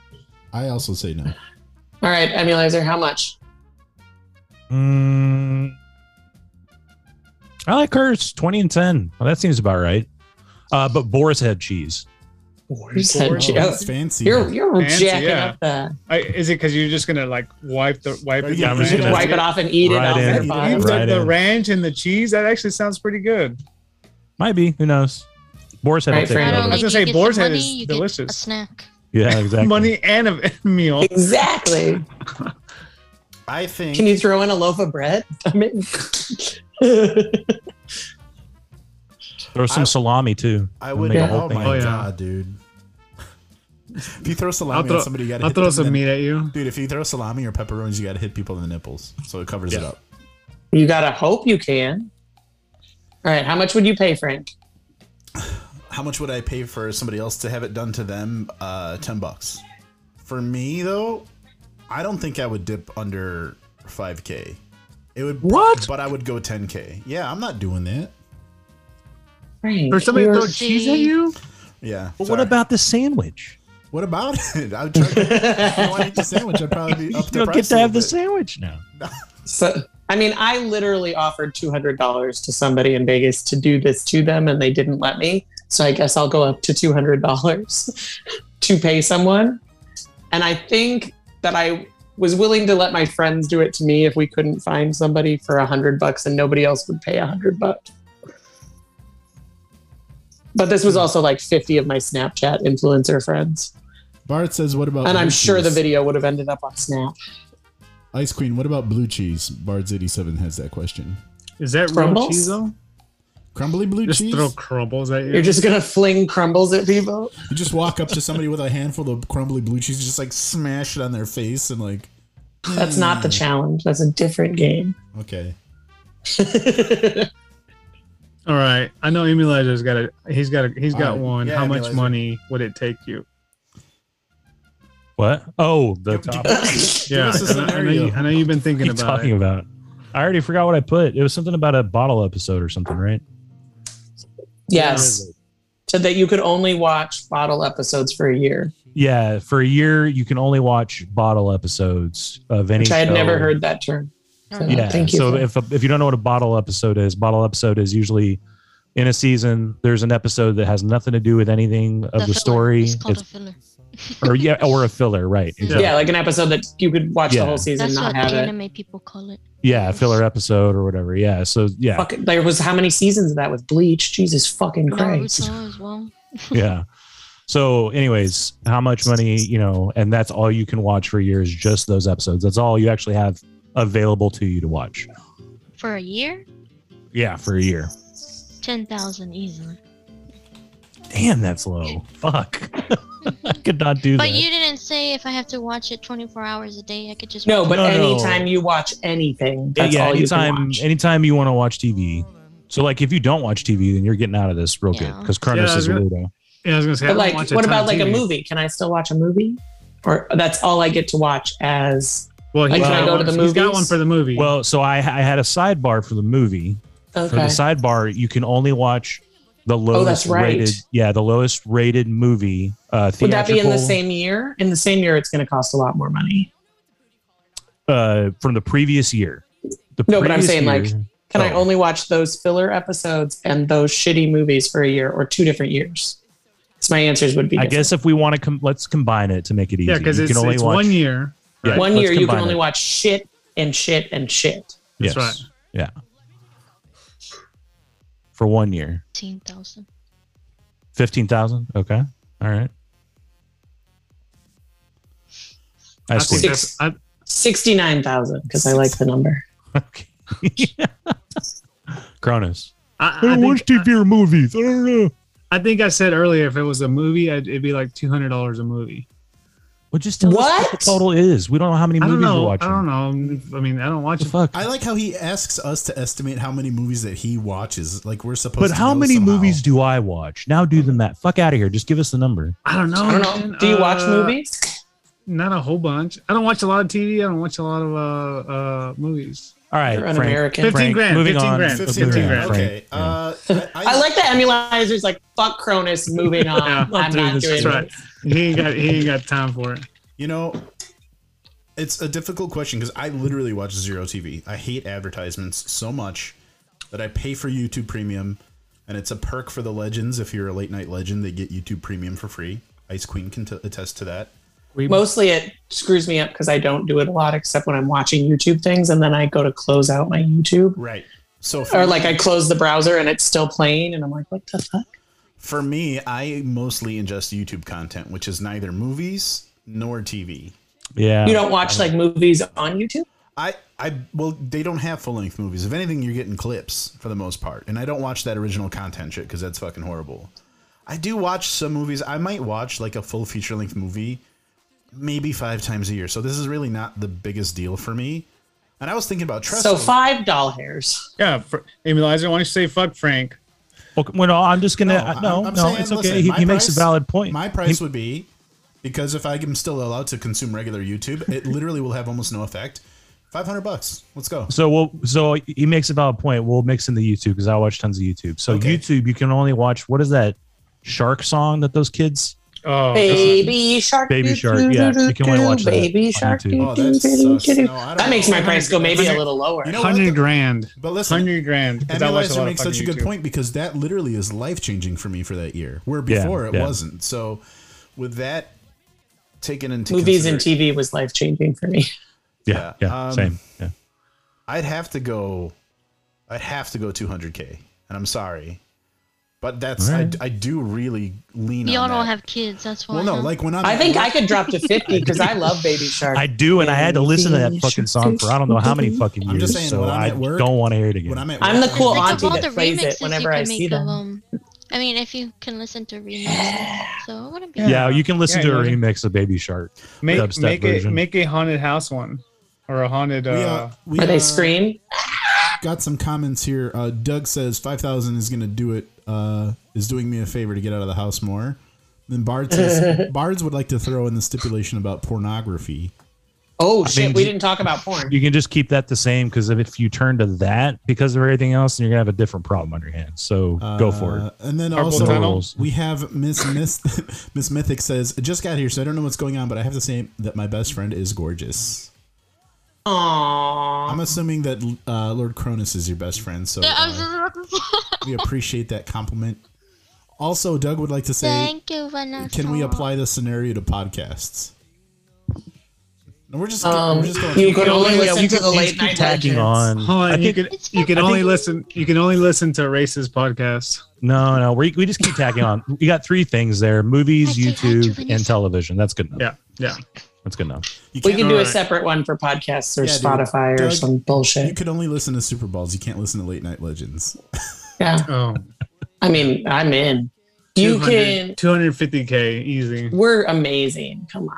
J: I also say no.
F: All right, Emulizer, how much?
E: Mm, I like hers. Twenty and ten. Well, that seems about right. Uh, but Boar's head cheese.
F: Where's that?
C: Boar's
F: cheese?
J: Oh, That's fancy.
F: Oh, You're you're
C: Fancy,
F: jacking
C: yeah.
F: up the.
C: I, is it because you're just gonna like wipe the wipe it
J: Yeah,
C: down?
J: I'm just
F: You
E: gonna
F: can wipe it off and eat
E: Right
F: it
E: in.
F: off the
J: Eat
F: bottom.
C: the,
E: Right
C: the
E: in.
C: ranch and the cheese. That actually sounds pretty good.
E: Might be. Who knows? Boar's head.
F: Right,
E: will take
F: fair
E: it
D: Not
F: enough.
E: over.
D: only
C: was gonna
D: do
C: say,
D: you get
C: boar's
D: some
C: head
D: money,
C: is
D: you get a
C: delicious.
D: snack.
E: Yeah, exactly.
C: Money and a meal.
F: Exactly.
J: I think
F: Can you throw in a loaf of bread? I mean,
E: Throw some
J: I-
E: salami too.
J: I
E: It'll
J: would.
E: make a
J: Oh
E: whole thing.
J: my
C: Oh, yeah.
J: god, dude! if you throw salami
C: I'll throw,
J: at somebody, you gotta
C: I'll
J: hit
C: throw
J: them
C: some
J: in the-
C: meat at you.
J: Dude, if you throw salami or pepperonis, you gotta hit people in the nipples, so it covers it
C: Yeah.
J: up.
F: you gotta hope you can. All right, how much would you pay, Frank?
J: How much would I pay for somebody else to have it done to them? Uh, ten bucks. For me though, I don't think I would dip under five k. It would
K: What?
J: but I would go ten k. Yeah, I'm not doing that.
F: Frank,
C: For somebody to
F: you're-
C: throw cheese at
D: see.
C: you?
J: Yeah.
E: But what
J: sorry.
E: about the sandwich?
J: what about it? I would try to, if I want to eat the sandwich. I'd probably be
E: You
J: up the
E: don't get
J: price.
E: to
J: a
E: have the
J: little bit.
E: sandwich now.
F: So, I mean, I literally offered two hundred dollars to somebody in Vegas to do this to them, and they didn't let me. So I guess I'll go up to two hundred dollars to pay someone. And I think that I was willing to let my friends do it to me if we couldn't find somebody for a hundred bucks, and nobody else would pay a hundred bucks. But this was also like fifty of my Snapchat influencer friends,
J: Bart says, "What
G: Oh,
J: about?"
F: and I'm
J: blue
F: sure the
J: cheese?
F: video would have ended up on Snap.
J: Ice Queen. What about blue cheese? Bard's eighty seven has that question.
C: Is that real
F: Crumbles?
C: cheese though?
J: Crumbly blue
C: Just
J: cheese.
C: throw crumbles at you.
F: You're just gonna fling crumbles at people.
J: You just walk up to somebody with a handful of crumbly blue cheese, just like smash it on their face, and like,
F: That's not
E: Hmm.
F: the challenge. That's a different game.
J: okay,
C: All right. I know Emuliza's got a he's got a he's got
J: All right.
C: one.
J: Yeah,
C: How much
J: Emulator.
C: money would it take you?
E: What? Oh, the top.
C: Yeah.
J: us a
C: I know, I know you,
J: scenario.
C: I know you've been thinking
E: What are you
C: about
E: talking
C: it.
E: about? I already forgot what I put. It was something about a bottle episode or something, right?
F: Yes. Said that you could only watch bottle episodes for a year,
E: Yeah, for a year you can only watch bottle episodes of any.
F: which I had
E: show.
F: never heard that term. So,
E: Yeah,
F: Thank you.
E: so if if you don't know what a bottle episode is, bottle episode is usually in a season. There's an episode that has nothing to do with anything of the,
D: filler.
E: story,
D: It's called
E: It's-
D: a filler.
E: or yeah, or a filler, right?
D: Yeah.
E: Exactly.
F: yeah, like an episode that you could watch
E: Yeah.
F: the whole season
D: That's
F: and
D: what
F: not have it.
D: anime people call it.
E: yeah, a filler episode or whatever. Yeah, so yeah,
F: Fuck, there was how many seasons of that with Bleach? Jesus fucking Christ.
D: Naruto as well.
E: yeah. So, anyways, how much money, you know, and that's all you can watch for years, just those episodes. That's all you actually have available to you to watch.
D: For a year?
E: Yeah, for a year.
D: 10,000 easily.
E: Damn, that's low. Fuck. I could not do
D: But
E: that.
D: you didn't say if I have to watch it 24 hours a day, I could just.
F: No, but
E: No, no.
F: anytime you watch anything, that's
E: yeah,
F: all you can
E: anytime
F: watch.
E: anytime you want to watch TV. So like if you don't watch TV, then you're getting out of this real
D: Yeah.
E: good because Kronos
C: Yeah, I
E: is a
C: agree.
E: weirdo.
C: Yeah, I was gonna say. I
F: But
C: don't
F: like,
C: watch
F: what
C: ton
F: about
C: of
F: like a
C: TV.
F: movie? Can I still watch a movie? Or that's all I get to watch as
C: Well, he's
F: Like,
E: can I
C: got
E: go
C: one-
F: to the
C: he's got one
F: movies?
C: for the movie.
E: Well, so I I had a sidebar for the movie. For the
F: okay. Oh,
E: sidebar, you can only watch the lowest
F: that's right.
E: rated yeah, the lowest rated movie uh
F: Would that be in the
E: theatrical-
F: same year? In the same year, it's going to cost a lot more money.
E: uh, from the previous year. The
F: No, but I'm
E: previous
F: saying, like, Can I
E: Oh.
F: only watch those filler episodes and those shitty movies for a year or two different years? So my answers would be.
E: I guess if we want to, com- let's combine it to make it easy.
C: yeah, because
E: You
C: it's,
E: can only
C: it's
E: watch-
C: one year.
E: Yeah,
F: one
E: let's
F: year you can
E: combine
F: only
E: it.
F: watch shit and shit and shit.
C: That's
E: Yes.
C: right.
E: Yeah. For one year,
D: 15,000.
E: fifteen thousand. Okay. All right. I
C: I think
E: scored.
C: that's,
F: Six.
C: I,
F: Sixty nine thousand because I like the number.
E: Okay. Cronus.
C: I, I, think, uh,
E: TV or movies. I don't know.
C: I think I said earlier if it was a movie, I'd, it'd be like two hundred dollars a movie.
E: Well, just tell us what the
F: What?
E: total is. We don't know how many
C: I
E: movies
C: don't
E: you're
C: know. I
E: watching.
C: don't know. I mean, I don't watch it.
E: Fuck.
G: I like how he asks us to estimate how many movies that he watches. Like we're supposed
E: But
G: to.
E: how
G: know
E: many
G: somehow.
E: movies do I watch? Now do the math. Fuck out of here. Just give us the number.
C: I don't know.
F: I don't know.
C: man.
F: Do you watch
C: Uh,
F: movies?
C: Not a whole bunch. I don't watch a lot of TV. I don't watch a lot of uh, uh, movies.
E: All right,
F: You're an
E: Frank.
F: American.
C: Fifteen grand,
E: Moving
C: fifteen
E: on.
C: grand,
E: Moving
G: 15
E: on,
G: grand.
E: Frank.
G: Okay.
E: Yeah.
G: Uh, I,
F: I like the analyzer's like fuck Cronus. Moving on.
C: Yeah,
F: I'm not doing
C: this.
F: this.
C: That's right. He ain't got. He ain't got time for it.
G: You know, it's a difficult question because I literally watch zero TV. I hate advertisements so much that I pay for YouTube Premium, and it's a perk for the legends. If you're a late night legend, they get YouTube Premium for free. Ice Queen can t- attest to that.
F: Mostly it screws me up because I don't do it a lot except when I'm watching YouTube things and then I go to close out my YouTube.
G: Right. So for
F: Or like I close the browser and it's still playing and I'm like, what the fuck?
G: For me, I mostly ingest YouTube content, which is neither movies nor TV.
E: Yeah.
F: You don't watch like movies on YouTube?
G: I, I well, they don't have full length movies. If anything, you're getting clips for the most part. And I don't watch that original content shit because that's fucking horrible. I do watch some movies. I might watch like a full feature length movie maybe five times a year. So this is really not the biggest deal for me. And I was thinking about Trestle.
F: So five doll hairs.
C: Yeah, Fr- Amy Lizer, why don't you say fuck Frank?
E: Okay, well, no, I'm just gonna. No, no,
G: I'm- I'm saying,
E: it's okay.
G: listen,
E: he
G: my
E: he makes a
G: price-
E: valid point.
G: My price would be because if I'm still allowed to consume regular YouTube, it literally will have almost no effect. Five hundred bucks. Let's go.
E: So we'll so he makes a valid point. We'll mix in the YouTube because I watch tons of YouTube. So
G: Okay.
E: YouTube, you can only watch what is that shark song that those kids?
C: Oh,
F: Baby shark.
E: Baby
F: doo,
E: shark,
F: doo,
E: yeah,
F: doo,
E: you can only
F: doo,
E: watch that
F: Baby
E: on
F: shark.
E: YouTube.
F: doo,
G: Oh, that
F: doo, doo,
G: sucks.
F: doo, doo.
G: No, I don't
F: That makes
G: know.
F: my price go maybe a
G: Hundred-
F: little lower.
G: You know what?
C: hundred grand.
G: But listen,
C: Hundred grand. 'cause I watch a
G: Analyzer
C: lot of
G: makes such a
C: fucking
G: good
C: YouTube.
G: point because that literally is life changing for me for that year, where
E: Yeah,
G: before it
E: yeah.
G: wasn't. So, with that taken into
F: Movies and
G: consider-
F: TV was life changing for me.
E: Yeah, yeah,
G: Yeah, um,
E: same. Yeah.
G: I'd have to go. I'd have to go 200k, and I'm sorry, but that's
E: All right.
G: I, I do really lean.
D: Y'all
G: on
D: don't
G: that.
D: have kids, that's why.
G: Well, no,
D: huh?
G: like when I'm.
F: I
G: at
F: think
G: work-
F: I could drop to 50 because I love Baby Shark.
E: I do, and I had to listen to that fucking song for I don't know how many fucking
G: I'm
E: years.
G: just saying,
E: so
G: when I'm
E: I
G: at work-
E: don't want to hear it again.
G: when I'm at.
F: I'm
G: work,
F: the cool
D: Think
G: I-
D: of
F: auntie
D: all
F: that
D: the
F: plays it
D: remixes you
F: whenever
D: can
F: I see
D: make of
F: them.
D: 'em. I mean, if you can listen to remixes, so it wouldn't be.
E: yeah, you can listen
C: Yeah,
E: to a
C: yeah.
E: remix of Baby Shark.
C: Make
E: Dubstep
C: make a,
E: version.
C: make a haunted house one or a haunted. Uh,
G: We, uh, we,
F: Where
G: uh,
F: they scream.
G: Got some comments here. Uh, Doug says five thousand is gonna do it. Uh, is doing me a favor to get out of the house more. Then Bard says Bards would like to throw in the stipulation about pornography.
F: Oh shit,
E: mean,
F: we
E: you-
F: didn't talk about porn.
E: You can just keep that the same because if you turn to that because of everything else, then you're gonna have a different problem on your hands. So go for
G: Uh,
E: it.
G: and then
C: Carpal
G: also
C: tunnel.
G: we have Miss Miss Miss Mythic says "I just got here, so I don't know what's going on, but I have to say that my best friend is gorgeous.
F: Aww.
G: I'm assuming that uh, Lord Cronus is your best friend, so
D: Yeah, I was
G: uh,
D: just-
G: we appreciate that compliment. Also, Doug would like to say
D: Thank you, Vanessa.
G: Can we apply this scenario to podcasts? No, we're just
F: Um,
G: we're just going.
F: you could
C: can
F: only
C: only-
F: listen
C: you
F: to
C: can-
F: the
C: you
F: late
C: keep
F: night
E: Tacking
F: legends.
E: on,
C: Hold on,
E: I
C: you
E: think
C: can
D: It's
C: you can
D: fine. I
C: only
D: think-
C: listen you can only listen to Race's podcast.
E: No, no, we, we just keep tacking on. We got three things there: movies,
D: I do- I do
E: YouTube, and
D: finish.
E: television. That's good enough.
C: Yeah, yeah.
E: That's good enough.
G: you
F: We
G: can't-
F: can do a
C: Alright.
F: separate one for podcasts or
G: Yeah, dude.
F: Spotify or
G: Doug,
F: some
G: You
F: bullshit.
G: could only listen to Super Bowls. You can't listen to Late Night Legends.
F: Yeah.
C: Oh,
F: I mean, I'm in. You can
C: two hundred fifty k easy.
F: we're amazing. Come on.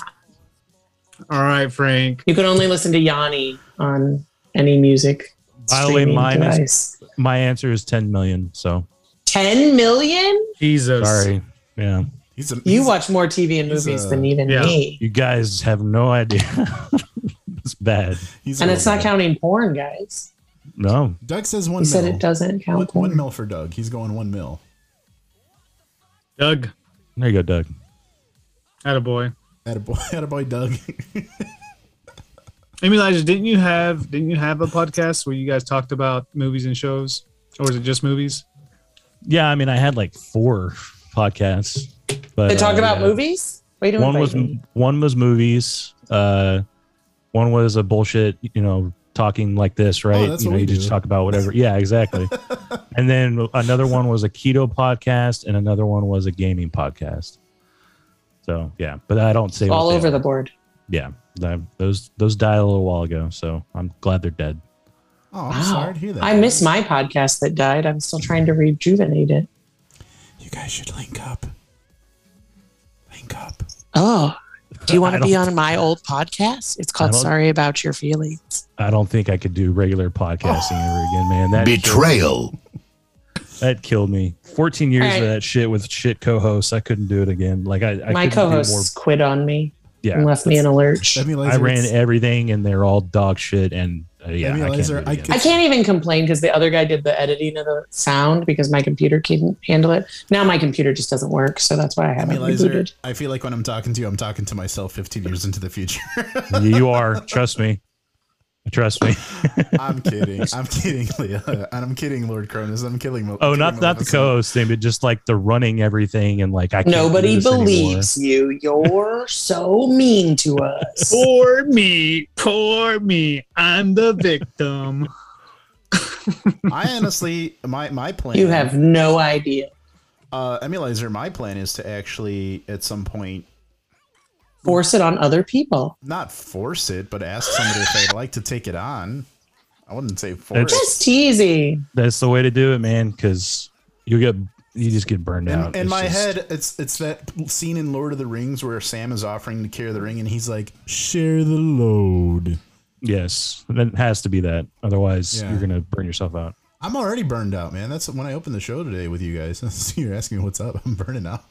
C: All right, Frank.
F: You can only listen to Yanni on any music.
E: By the way,
F: streaming
E: mine is-
F: device.
E: My answer is 10 million. So
F: 10 million?
C: Jesus.
E: sorry. Yeah.
G: He's a,
F: You
G: he's-
F: watch more TV and
G: he's
F: movies
G: a-
F: than even
C: yeah.
F: me.
E: You guys have no idea. it's bad.
G: he's a
F: And it's
G: little
F: not
G: guy.
F: counting porn, guys.
E: No.
G: Doug says one
F: You
G: mil.
F: said it doesn't
G: One,
F: count
G: one
F: porn.
G: mil for Doug. He's going one mil.
C: Doug.
E: There you go, Doug.
C: Attaboy.
G: At a boy, at a boy, Doug.
C: Amy Lizer, didn't you have didn't you have a podcast where you guys talked about movies and shows, or was it just movies?
E: Yeah. I mean, I had like four podcasts. But
F: They talk
E: uh,
F: about
E: yeah.
F: movies? Wait a
E: One was
F: minute.
E: one was movies. Uh, one was a bullshit, you know, talking like this, right?
G: Oh, that's
E: you
G: what
E: know,
G: we
E: you
G: do.
E: just talk about whatever. Yeah, exactly. and then another one was a keto podcast, and another one was a gaming podcast. So yeah, but I don't say what
F: all
E: they
F: over
E: are.
F: the board.
E: yeah. th- Those those died a little while ago, so I'm glad they're dead.
G: Oh, I'm sorry to hear that.
F: I miss my podcast that died. I'm still trying to rejuvenate it.
G: You guys should link up. Link up.
F: Oh, Do you want
E: I
F: to be
E: don't-
F: on my old podcast? It's
E: I
F: called
E: don't-
F: Sorry About Your Feelings.
E: I don't think I could do regular podcasting ever again, man. That
B: Betrayal.
E: that killed me. Fourteen years
F: Alright.
E: of that shit with shit co-hosts. I couldn't do it again. Like I, I
F: my
E: couldn't do more-
F: co-hosts quit on me
E: Yeah,
F: and left me in a lurch.
G: Emmy
E: I
G: Lazar,
E: ran
G: it's-
E: everything, and they're all dog shit. And uh, yeah,
G: Emmy
E: I can't.
G: Lazar,
E: do it
G: I
E: again.
G: could-
F: I can't even complain because the other guy did the editing of the sound because my computer couldn't handle it. Now my computer just doesn't work, so that's why I
G: Emmy
F: haven't
G: Lazar,
F: rebooted.
G: I feel like when I'm talking to you, I'm talking to myself 15 years into the future.
E: you are. Trust me. Trust me.
G: I'm kidding. I'm kidding, Leah. And I'm kidding, Lord Cronus. I'm killing. Mo-
E: Oh,
G: killing
E: not not the
G: Maleficent.
E: co-host thing, but just like the running everything and like I. Can't do
F: Nobody
E: this anymore.
F: believes you. You're so mean to us.
E: Oh,
C: Poor me, poor me. I'm the victim.
G: I honestly, my my plan.
F: You have no idea.
G: uh, Emmy Lazar. My plan is to actually at some point
F: Force it on other people.
G: not force it, but ask somebody if they'd like to take it on. I wouldn't say force.
E: That's-
F: Just teasy.
E: That's the way to do it, man. Because you get you just get burned
G: In,
E: out.
G: in
E: It's
G: my
E: just-
G: head, it's it's that scene in Lord of the Rings where Sam is offering to carry the ring, and he's like, "Share the load."
E: Yes, it has to be that. Otherwise,
G: Yeah.
E: you're gonna burn yourself out.
G: I'm already burned out, man. That's when I opened the show today with you guys. So you're asking me what's up. I'm burning out.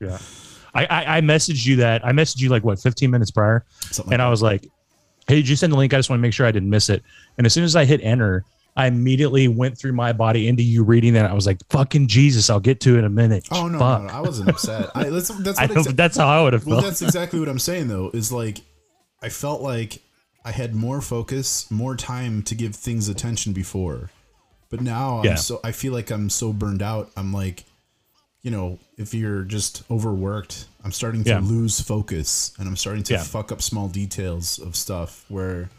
E: Yeah. I, I I messaged you that. I messaged you like what 15 minutes prior,
G: Something
E: and I
G: like
E: was like, "Hey, did you send the link? I just want to make sure I didn't miss it." And as soon as I hit enter, I immediately went through my body into you reading that. I was like, "Fucking Jesus, I'll get to it in a minute."
G: Oh no,
E: Fuck.
G: no, no, I wasn't upset. I, that's that's
E: I
G: what
E: know,
G: exa-
E: that's how I would have
G: well,
E: felt.
G: that's exactly what I'm saying though. Is like, I felt like I had more focus, more time to give things attention before, but now
E: Yeah.
G: I'm so I feel like I'm so burned out. I'm like, you know, if you're just overworked, I'm starting to
E: Yeah.
G: lose focus, and I'm starting to
E: Yeah.
G: fuck up small details of stuff where.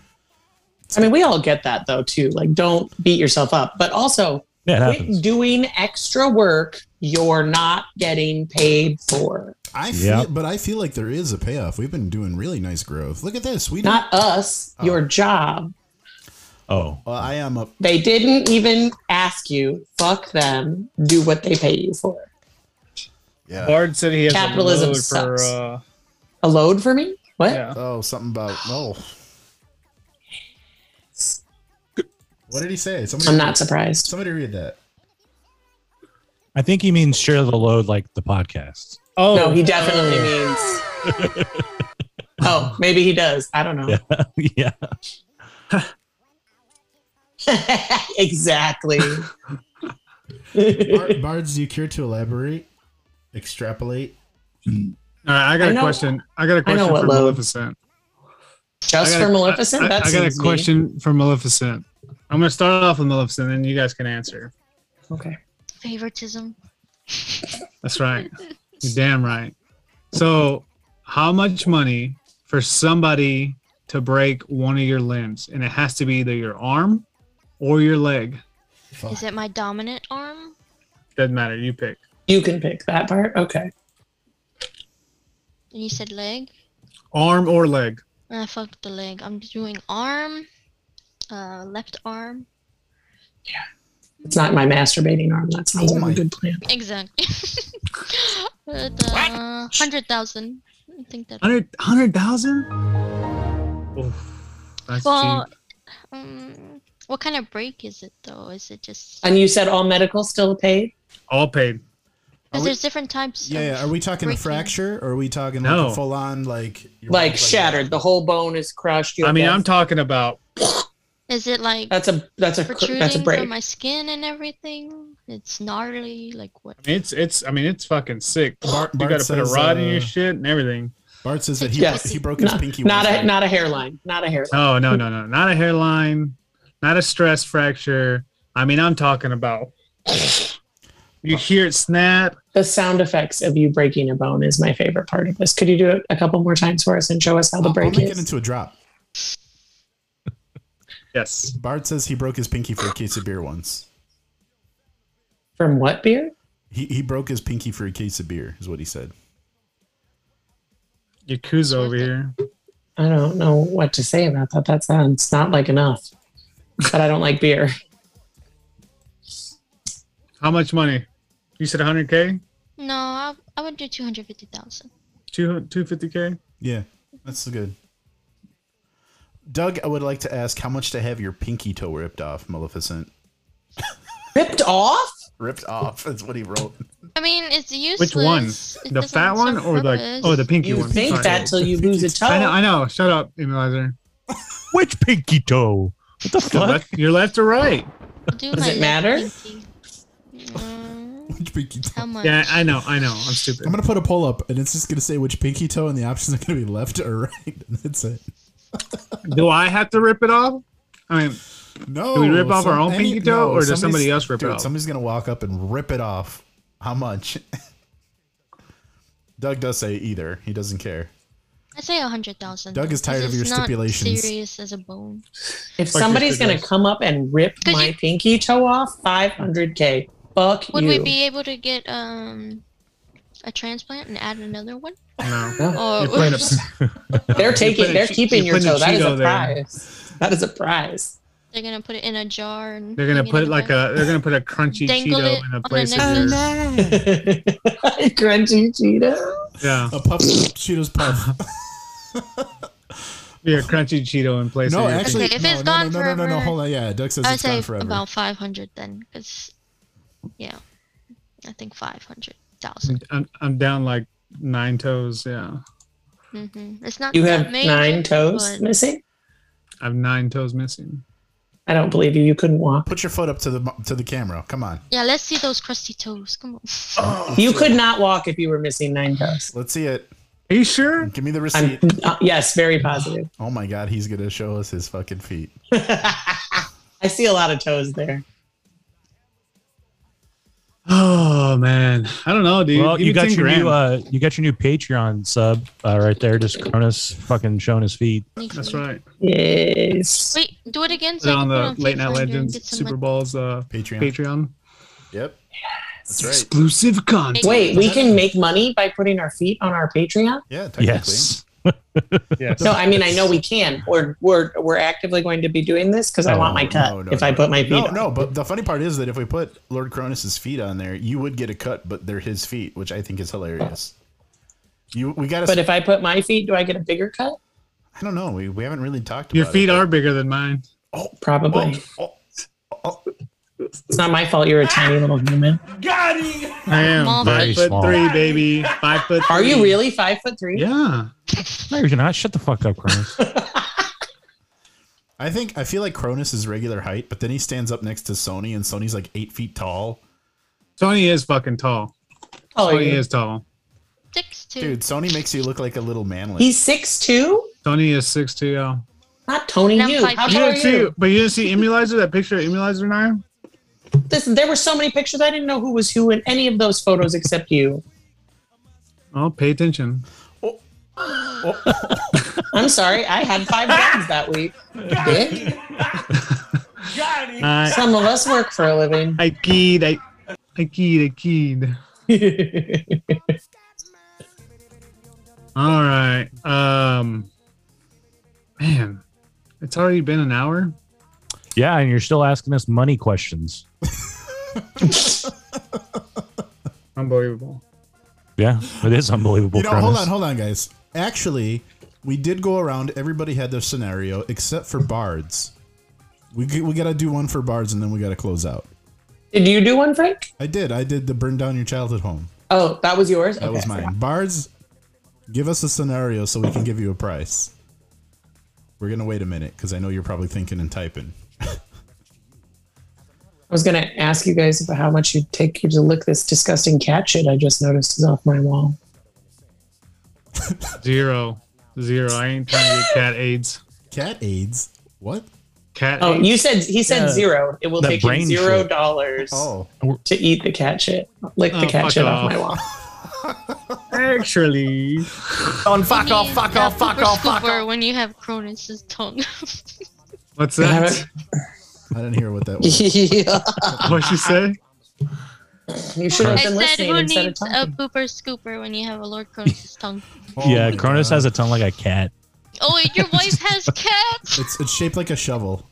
F: I mean, we all get that though too. Like, don't beat yourself up. But also,
E: Yeah, it happens.
F: quit doing extra work you're not getting paid for.
G: I
E: Yep.
G: feel, but I feel like there is a payoff. We've been doing really nice growth. Look at this. We did-
F: Not us, your job.
E: Oh,
G: Well, I am up.
F: They didn't even ask you. Fuck them. Do what they pay you for.
G: Yeah.
C: Bard said he has
F: Capitalism
C: a load for.
F: sucks.
C: Uh,
F: A load for me? What?
C: yeah.
G: Oh, something about oh. What did he say? Somebody,
F: I'm not surprised.
G: Somebody read that.
E: I think he means share the load like the podcast.
C: Oh,
F: No, he definitely means. Oh, maybe he does. I don't know.
E: yeah.
F: exactly.
G: Bar- Bards, do you care to elaborate, extrapolate?
C: All right, I got a
F: I know-
C: question. I got a
F: I know
C: question for
F: what load.
C: Maleficent. I
F: Just
C: got
F: for
C: a-
F: Maleficent?
C: I,
F: That's
C: I got a question for Maleficent. I'm gonna start off with Maleficent, and you guys can answer.
F: Okay.
D: Favoritism.
C: That's right. You're damn right. So, how much money for somebody to break one of your limbs? And it has to be either your arm or your leg.
G: Oh.
D: Is it my dominant arm?
C: Doesn't matter. You pick.
F: You can pick that part. Okay.
D: And you said leg?
C: Arm or leg.
D: I fucked the leg. I'm doing arm, uh, left arm.
F: It's not my masturbating arm. That sounds
G: Oh
F: like
G: my-
F: a good plan.
D: Exactly. but, uh, 100,000. I think that.
C: 100 100,000? Oof, That's
D: Well,
C: cheap.
D: um, what kind of break is it though? Is it just.
F: And you said all medical still paid?
C: All paid.
G: Are
D: Because
G: we-
D: there's different types.
G: Yeah, yeah. Are
D: of
G: we talking a
D: breaking.
G: fracture, or are we talking
C: No.
G: like a full on like your
F: Like
G: body's
F: shattered. The whole bone is crushed. You
C: I
F: have
C: mean,
F: to-
C: I'm talking about
D: Is it like
F: That's a that's a cr-
D: protruding
F: that's a break.
D: from my skin and everything? It's gnarly. Like what?
C: it's it's I mean it's fucking sick.
G: Bart-
C: you
G: Bart
C: got to put a
G: says,
C: rod in
G: uh,
C: your shit and everything.
G: Bart says that he
F: Yes.
G: he broke his
F: Not,
G: pinky.
F: not
G: once,
F: a
G: right?
F: not a hairline. Not a hairline.
C: No, Oh, no, no, no. Not a hairline, not a stress fracture. I mean, I'm talking about you hear it snap.
F: The sound effects of you breaking a bone is my favorite part of this. Could you do it a couple more times for us and show us how the
G: I'll, I'll
F: break
G: make it
F: is?
G: into a drop.
C: Yes.
G: Bart says he broke his pinky for a case of beer once.
F: From what beer?
G: He he broke his pinky for a case of beer is what he said.
C: Yakuza over here.
F: I don't know what to say about that. That sounds not like enough. But I don't like beer.
C: How much money? You said 100K?
D: No, I, I would do 250,000.
C: two two fifty k.
G: Yeah, that's good. Doug, I would like to ask how much to have your pinky toe ripped off, Maleficent.
F: ripped off?
G: Ripped off. That's what he wrote.
D: I mean, it's useless.
C: Which one?
D: It
C: The
D: doesn't
C: fat one
D: serve
C: or the
D: purpose.
C: oh the pinky
F: You
C: one?
F: think
C: Sorry.
F: that till you lose a toe.
C: I know. I know. Shut up, Immunizer.
E: Which pinky toe? What the
C: Your
E: fuck?
C: left, your left or right?
D: I'll do
F: Does
D: my
F: it
D: left
F: matter?
D: pinky. Mm,
G: Which pinky toe?
D: how much?
C: Yeah, I know. I know. I'm stupid.
G: I'm gonna put a poll up, and it's just gonna say which pinky toe, and the options are gonna be left or right, and that's it.
C: Do I have to rip it off? I mean,
G: No.
C: Do we rip off our own pinky toe, or does
G: somebody's-
C: somebody else rip it
G: dude,
C: off?
G: Somebody's gonna walk up and rip it off. How much? Doug does say either. He doesn't care.
D: I say a hundred thousand.
G: Doug is
D: because
G: tired of your
D: it's not
G: stipulations.
D: Serious as a bone.
F: If
C: Fuck
F: somebody's
C: your
F: gonna
C: goodness.
F: come up and rip
D: Could
F: my
D: you-
F: pinky toe off, five hundred k. Fuck
D: Would
F: you.
D: we be able to get um a transplant and add another one? Oh,
C: no.
D: Or
C: You're playing a-
F: they're
C: putting
F: taking.
C: a
F: They're
C: che-
F: keeping
C: you're
F: your
C: putting
F: toe.
C: a
F: That is
C: Cheeto there.
F: a prize. That is a prize.
D: they're gonna put it in a jar and
C: They're gonna
D: hang it
C: put
D: in
C: like
D: bag?
C: a they're gonna put a crunchy
D: Dangle
C: Cheeto
D: it
C: in
D: on
C: a
D: a
C: place.
D: necklace.
C: where-
F: Crunchy Cheeto.
C: Yeah,
G: A puff, Cheetos puff.
C: be a crunchy Cheeto in place.
G: no,
C: of your-
G: actually,
D: Okay, if
G: no,
D: it's
G: no,
D: gone
G: no, no, no, no, no,
D: forever-
G: hold on. Yeah, Doug says
D: I'd
G: it's gone
D: say
G: forever.
D: about five hundred then, because yeah, I think five hundred thousand.
C: I'm, I'm down like nine toes. Yeah,
D: Mm-hmm. It's not.
F: You
D: that
F: have
D: major,
F: nine toes
D: but-
F: missing.
C: I have nine toes missing.
F: I don't believe you. You couldn't walk.
G: Put your foot up to the mu- to the camera. Come on.
D: Yeah, let's see those crusty toes. Come on.
G: Oh,
F: You could not walk if you were missing nine toes.
G: Let's see it.
C: Are you sure?
G: Give me the
F: I'm
G: receipt.
F: uh, yes, very positive.
G: Oh my god, he's gonna show us his fucking feet.
F: I see a lot of toes there.
C: Oh man, I don't know, dude.
E: well,
C: Give me
E: you got
C: 10
E: your
C: grand.
E: new uh, you got your new Patreon sub uh, right there. Just Cronus fucking showing his feet.
C: That's right.
F: Yes.
D: Wait, do it again.
C: Put it
D: I
C: on
D: can
C: the
D: put
C: Late
D: Feed
C: Night
D: Finder and
C: Legends
D: get some
C: Super
D: money.
C: Bowl's uh,
G: Patreon.
C: Patreon
G: Yep. That's right.
C: exclusive content.
F: Wait, we can make money by putting our feet on our Patreon?
G: Yeah, technically.
E: Yes.
C: Yes.
F: No, I mean I know we can. We're we're we're actively going to be doing this because I
E: Oh,
F: want my cut.
G: no, no,
F: if I
G: no.
F: put my feet,
G: No,
F: on.
G: no, but the funny part is that if we put Lord Cronus's feet on there, you would get a cut, but they're his feet, which I think is hilarious. You, we gotta.
F: But if I put my feet, do I get a bigger cut?
G: I don't know. We, we haven't really talked.
C: Your
G: about
C: feet
G: it.
C: are bigger than mine.
F: Probably.
G: Oh, Ah!
F: It's not my fault. You're a tiny little human.
C: I am
D: Small.
C: five
E: Very
C: foot
E: small.
C: three, baby. Five foot.
F: Are you
C: three.
F: really five foot three?
C: Yeah.
E: No, you're not. Shut the fuck up, Cronus.
G: I think I feel like Cronus is regular height, but then he stands up next to Sony, and Sony's like eight feet tall.
C: Tony is fucking tall.
F: How tall are
C: Tony
F: you?
C: is tall.
D: Six two.
G: Dude, Sony makes you look like a little manlet.
F: He's six two.
C: Tony is six two. Yeah.
F: Not Tony.
D: And I'm
F: You.
D: five
F: How
D: feet.
C: You
F: tall are
C: didn't see,
F: you?
C: but you didn't see Emulizer. That picture of Emulizer and I.
F: This, there were so many pictures. I didn't know who was who in any of those photos except you.
C: Oh, pay attention.
F: I'm sorry. I had five guns that week. Dick.
C: I,
F: Some of us work for a living.
C: I keyed. I, I keyed. I keyed. All right. Um, man, it's already been an hour.
E: yeah, and you're still asking us money questions.
C: Unbelievable.
E: Yeah, it is unbelievable.
G: You know, hold
E: Cronus.
G: on, hold on, guys. Actually, we did go around. Everybody had their scenario except for bards. We g- we gotta do one for bards, and then we gotta close out.
F: Did you do one, Frank?
G: I did. I did the burn down your childhood home.
F: Oh, that was yours.
G: That was mine. Bards, give us a scenario so we can give you a price. We're gonna wait a minute because I know you're probably thinking and typing.
F: I was gonna ask you guys about how much you'd take you to lick this disgusting cat shit I just noticed is off my wall.
C: Zero. Zero. I ain't trying to get cat AIDS.
G: Cat AIDS. What?
C: Cat
F: Oh,
C: AIDS.
F: you said he said
E: Yeah.
F: zero. It will
E: That
F: take you
E: brain
F: zero
E: shit.
F: dollars
G: Oh,
F: to eat the cat shit. Lick the
C: Oh,
F: cat
C: fuck
F: shit
C: off.
F: off my wall.
C: Actually,
K: On fuck
D: You
K: off,
D: need
K: fuck
D: that
K: off, fuck
D: pooper
K: off, fuck
D: scooper
K: off.
D: When you have Cronus's tongue.
C: what's
F: I
C: that?
F: haven't-
G: I didn't hear what that was.
F: yeah.
C: What'd you say?
F: You should have
D: I
F: been
D: said,
F: listening
D: who
F: instead of
D: needs a
F: talking.
D: pooper scooper when you have a Lord Cronus's tongue?
G: Oh
E: yeah,
G: my
E: Cronus
G: God.
E: has a tongue like a cat.
D: Oh, wait, your wife has cats.
G: It's it's shaped like a shovel.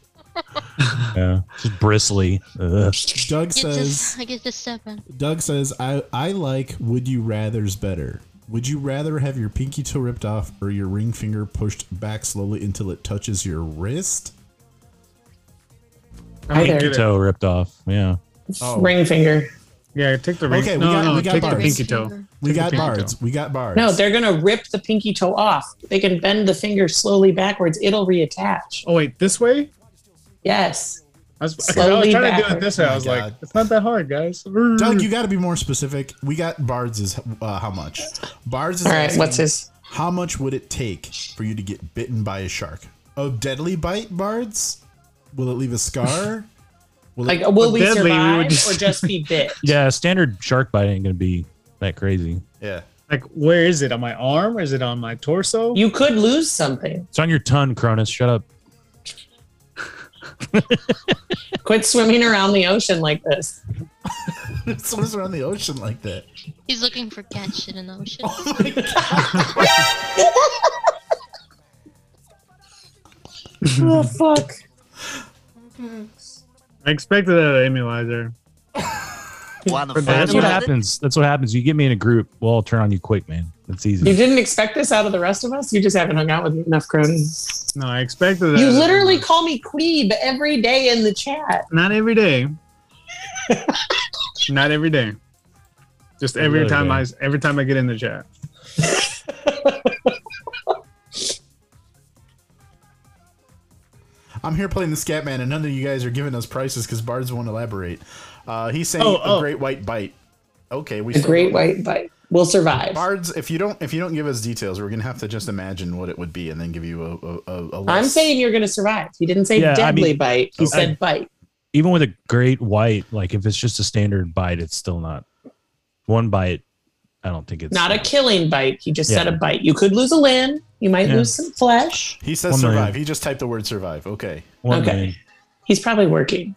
E: Yeah, just bristly. Ugh.
G: Doug
D: Get
G: says.
D: this, I get this seven.
G: Doug says, I, I like Would You Rathers better. Would you rather have your pinky toe ripped off or your ring finger pushed back slowly until it touches your wrist?
E: Pinky toe ripped off. Yeah. Oh.
F: Ring finger.
C: Yeah, take the ring.
G: Okay, we
C: no,
G: got-
C: no,
G: we got
C: take the
G: bars.
C: pinky toe. Take the
G: We got
C: pinky toe.
G: bards. We got bards.
F: No, they're gonna rip the pinky toe off. They can bend the finger slowly backwards. It'll reattach.
C: Oh wait, this way?
F: Yes.
C: I was, I was
F: Slowly
C: trying to do it
F: backwards.
C: this way.
G: Oh
C: I
G: my
C: was
G: God.
C: like, it's not that hard, guys.
G: Doug, you got to be more specific. We got bards is uh, how much? Bards is
F: All right.
G: asking,
F: What's his?
G: How much would it take for you to get bitten by a shark? A deadly bite, bards? Will it leave a scar? Will
F: Like,
G: it,
F: will we
C: Deadly, we
F: survive
C: would just-
F: or just be bit?
E: Yeah. a Standard shark bite ain't gonna be that crazy.
G: yeah.
C: like, where is it? On my arm? Is it on my torso?
F: You could lose something.
E: It's on your tongue, Cronus. Shut up.
F: Quit swimming around the ocean like this.
G: Swims around the ocean like that.
D: He's looking for cat shit in the ocean.
F: oh fuck.
C: I expected that immunizer.
E: That's what
F: Yeah.
E: happens. That's what happens. You get me in a group, we'll all turn on you quick, man. That's
F: You
E: easy.
F: didn't expect this out of the rest of us? You just haven't hung out with enough cronies.
C: No, I expected that.
F: You literally call me Queeb every day in the chat.
C: Not every day. Not every day. Just every
E: Another
C: time
E: day.
C: I every time I get in the chat.
G: I'm here playing the Scatman, and none of you guys are giving us prices because bards won't elaborate. Uh, he's saying
C: Oh,
G: a
C: oh.
G: great white bite. Okay, we
F: A
G: still-
F: great white bite. We'll survive.
G: bards. If you don't, if you don't give us details, we're gonna have to just imagine what it would be, and then give you a. a, a, a
F: I'm
G: list.
F: saying you're gonna survive. He didn't say
E: Yeah, I
F: deadly
E: mean-
F: bite. He
G: Okay.
F: said bite.
E: Even with a great white, like if it's just a standard bite, it's still not one bite. I don't think it's
F: Not a killing bite. He just said
E: Yeah.
F: a bite. You could lose a limb. You might
E: Yeah.
F: lose some flesh.
G: He says
E: One
G: survive.
E: million.
G: He just typed the word survive. Okay.
E: one
F: okay.
E: million.
F: He's probably working.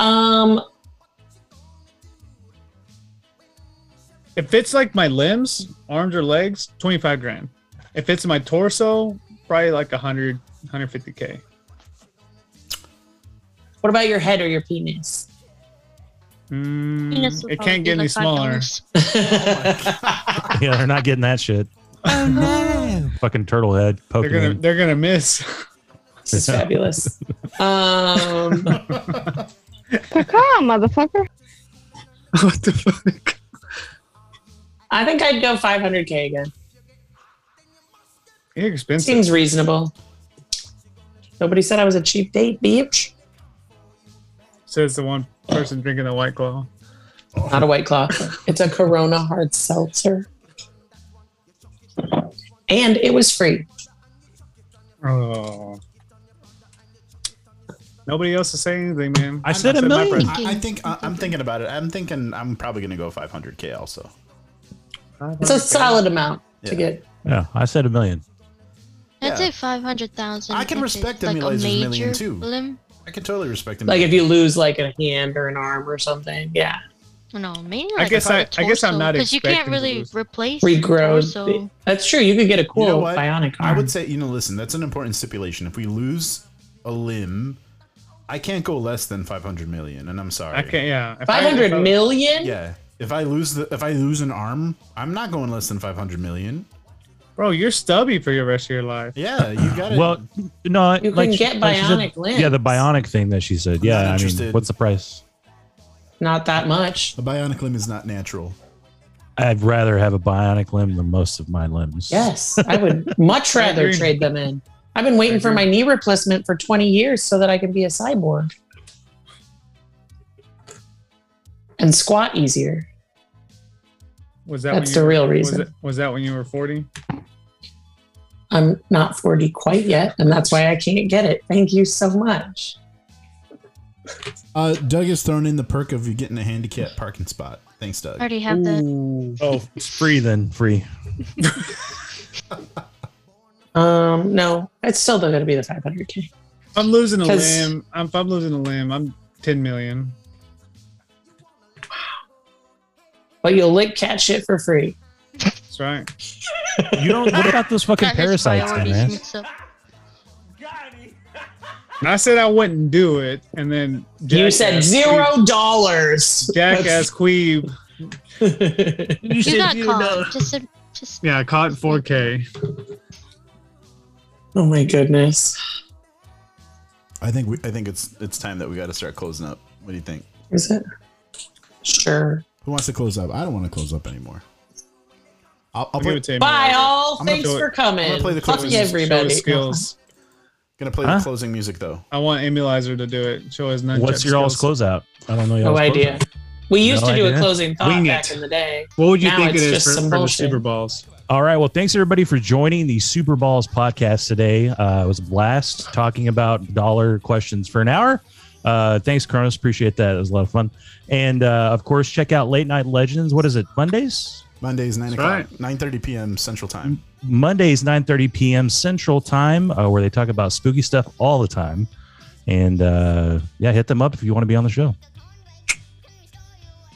F: Um,
C: If it's like my limbs, arms or legs, 25 grand. If it's my torso, probably like 100 150k.
F: what about your head or your penis?
C: Mm,
D: Penis would
C: it
D: probably
C: can't get
D: be
C: any
D: like five
C: smaller.
D: dollars.
E: Yeah, they're not getting that shit.
K: Oh no.
E: Fucking turtle head
C: They're
E: poking.
C: gonna
E: in.
C: they're gonna miss.
F: This is fabulous. Um,
L: Pecan, motherfucker.
C: what the fuck?
F: I think I'd go 500k again.
C: You're expensive.
F: Seems reasonable. Nobody said I was a cheap date, bitch.
C: Says the one person drinking the white claw.
F: Not a white claw. It's a Corona hard seltzer. And it was free.
C: Oh. Nobody else is saying anything, man.
E: I said a
C: my
E: million.
C: price.
G: I, I think I, I'm thinking about it. I'm thinking I'm probably gonna go 500k also.
F: It's a solid amount to
G: Yeah.
F: get.
E: Yeah, I said a million.
D: I'd
G: Yeah.
D: say five hundred thousand.
G: I can respect
D: like a
G: Emulazer's million,
D: major
G: too.
D: limb.
G: I can totally respect him.
F: Like if you lose like a hand or an arm or something, yeah,
D: No, mainly.
C: I
D: Like
C: guess I- I guess I'm not
D: because you can't
C: expecting to
D: really
C: lose.
D: replace
F: regrow.
D: So
F: That's true. You could get a cool
G: You know what?
F: bionic
G: I
F: arm.
G: would say, you know, listen, that's an important stipulation. If we lose a limb, I can't go less than 500 million, and I'm sorry.
C: I can't. Yeah, If I-
F: Five
C: if
F: hundred
C: I-
F: million.
G: Yeah. If I lose the, if I lose an arm, I'm not going less than 500 million.
C: Bro, you're stubby for the rest of your life.
G: Yeah, you got it.
E: Well, no,
F: You
E: like
F: can
E: she-
F: get
E: like she
F: bionic
E: said, Yeah, the
F: limbs.
E: bionic thing that she said.
G: not
E: Yeah, I mean,
G: interested.
E: what's the price?
F: Not that much.
G: a bionic limb is not natural.
E: I'd rather have a bionic limb than most of my limbs.
F: Yes, I would much
C: I
F: rather
C: agree.
F: trade them in. I've been waiting for my knee replacement for 20 years so that I can be a cyborg and squat easier.
C: Was that
F: That's
C: when you,
F: the real
C: was
F: reason.
C: it- was that when you were forty?
F: I'm not 40 quite yet, and that's why I can't get it. Thank you so much.
G: Uh, Doug has thrown in the perk of you getting a handicap parking spot. Thanks, Doug.
D: I already have that.
E: Oh, it's free then, free.
F: Um, no, it's still going to be the 500k.
C: If I'm losing a
F: 'Cause-
C: limb, I'm, if I'm losing a limb, I'm ten million.
F: But you'll lick cat shit for free.
C: That's right.
E: You don't. What about those fucking
D: Got his
E: parasites,
D: priorities
E: dumbass?
D: mixed up.
C: And I said I wouldn't do it, and then
F: you
C: jackass
F: said
C: Queeb-
F: zero dollars.
C: Jackass Queeb.
F: That's-
D: You got caught. Just
C: Yeah, I caught 4K.
F: Oh my goodness.
G: I think we, I think it's it's time that we got to start closing up. What do you think?
F: Is it? Sure.
G: Who wants to close up? I don't want to close up anymore. I'll, I'll
F: give it to Amy Bye, right away. all.
G: I'm gonna
F: Thanks
G: show
F: for
G: it-
F: coming.
G: I'm gonna play the
F: Fuck
G: closing
F: you,
G: music.
F: everybody.
G: Gonna play
E: Huh?
G: the closing music though.
C: I want Emulizer to do it. Show his nunchuck
E: What's your all's
C: skills.
E: closeout? I don't know.
F: No
E: y'all's
F: idea.
E: closeout.
F: We used
E: No
F: to do
E: idea.
F: a closing thought
E: Wing
F: back
E: it.
F: in the day.
C: What would you
F: Now
C: think it
F: it's
C: is
F: just
C: for,
F: some
C: for the
F: bullshit.
C: Super Balls?
E: All right. Well, thanks everybody for joining the Super Balls podcast today. Uh, it was a blast talking about dollar questions for an hour. Uh, thanks, Kronos. Appreciate that. It was a lot of fun. And uh, of course, check out Late Night Legends. What is it? Mondays?
G: Mondays nine
C: That's
G: o'clock, nine thirty p.m. Central Time.
E: Mondays, 9.30 p.m. Central Time, uh, where they talk about spooky stuff all the time. And uh, yeah, hit them up if you want to be on the show.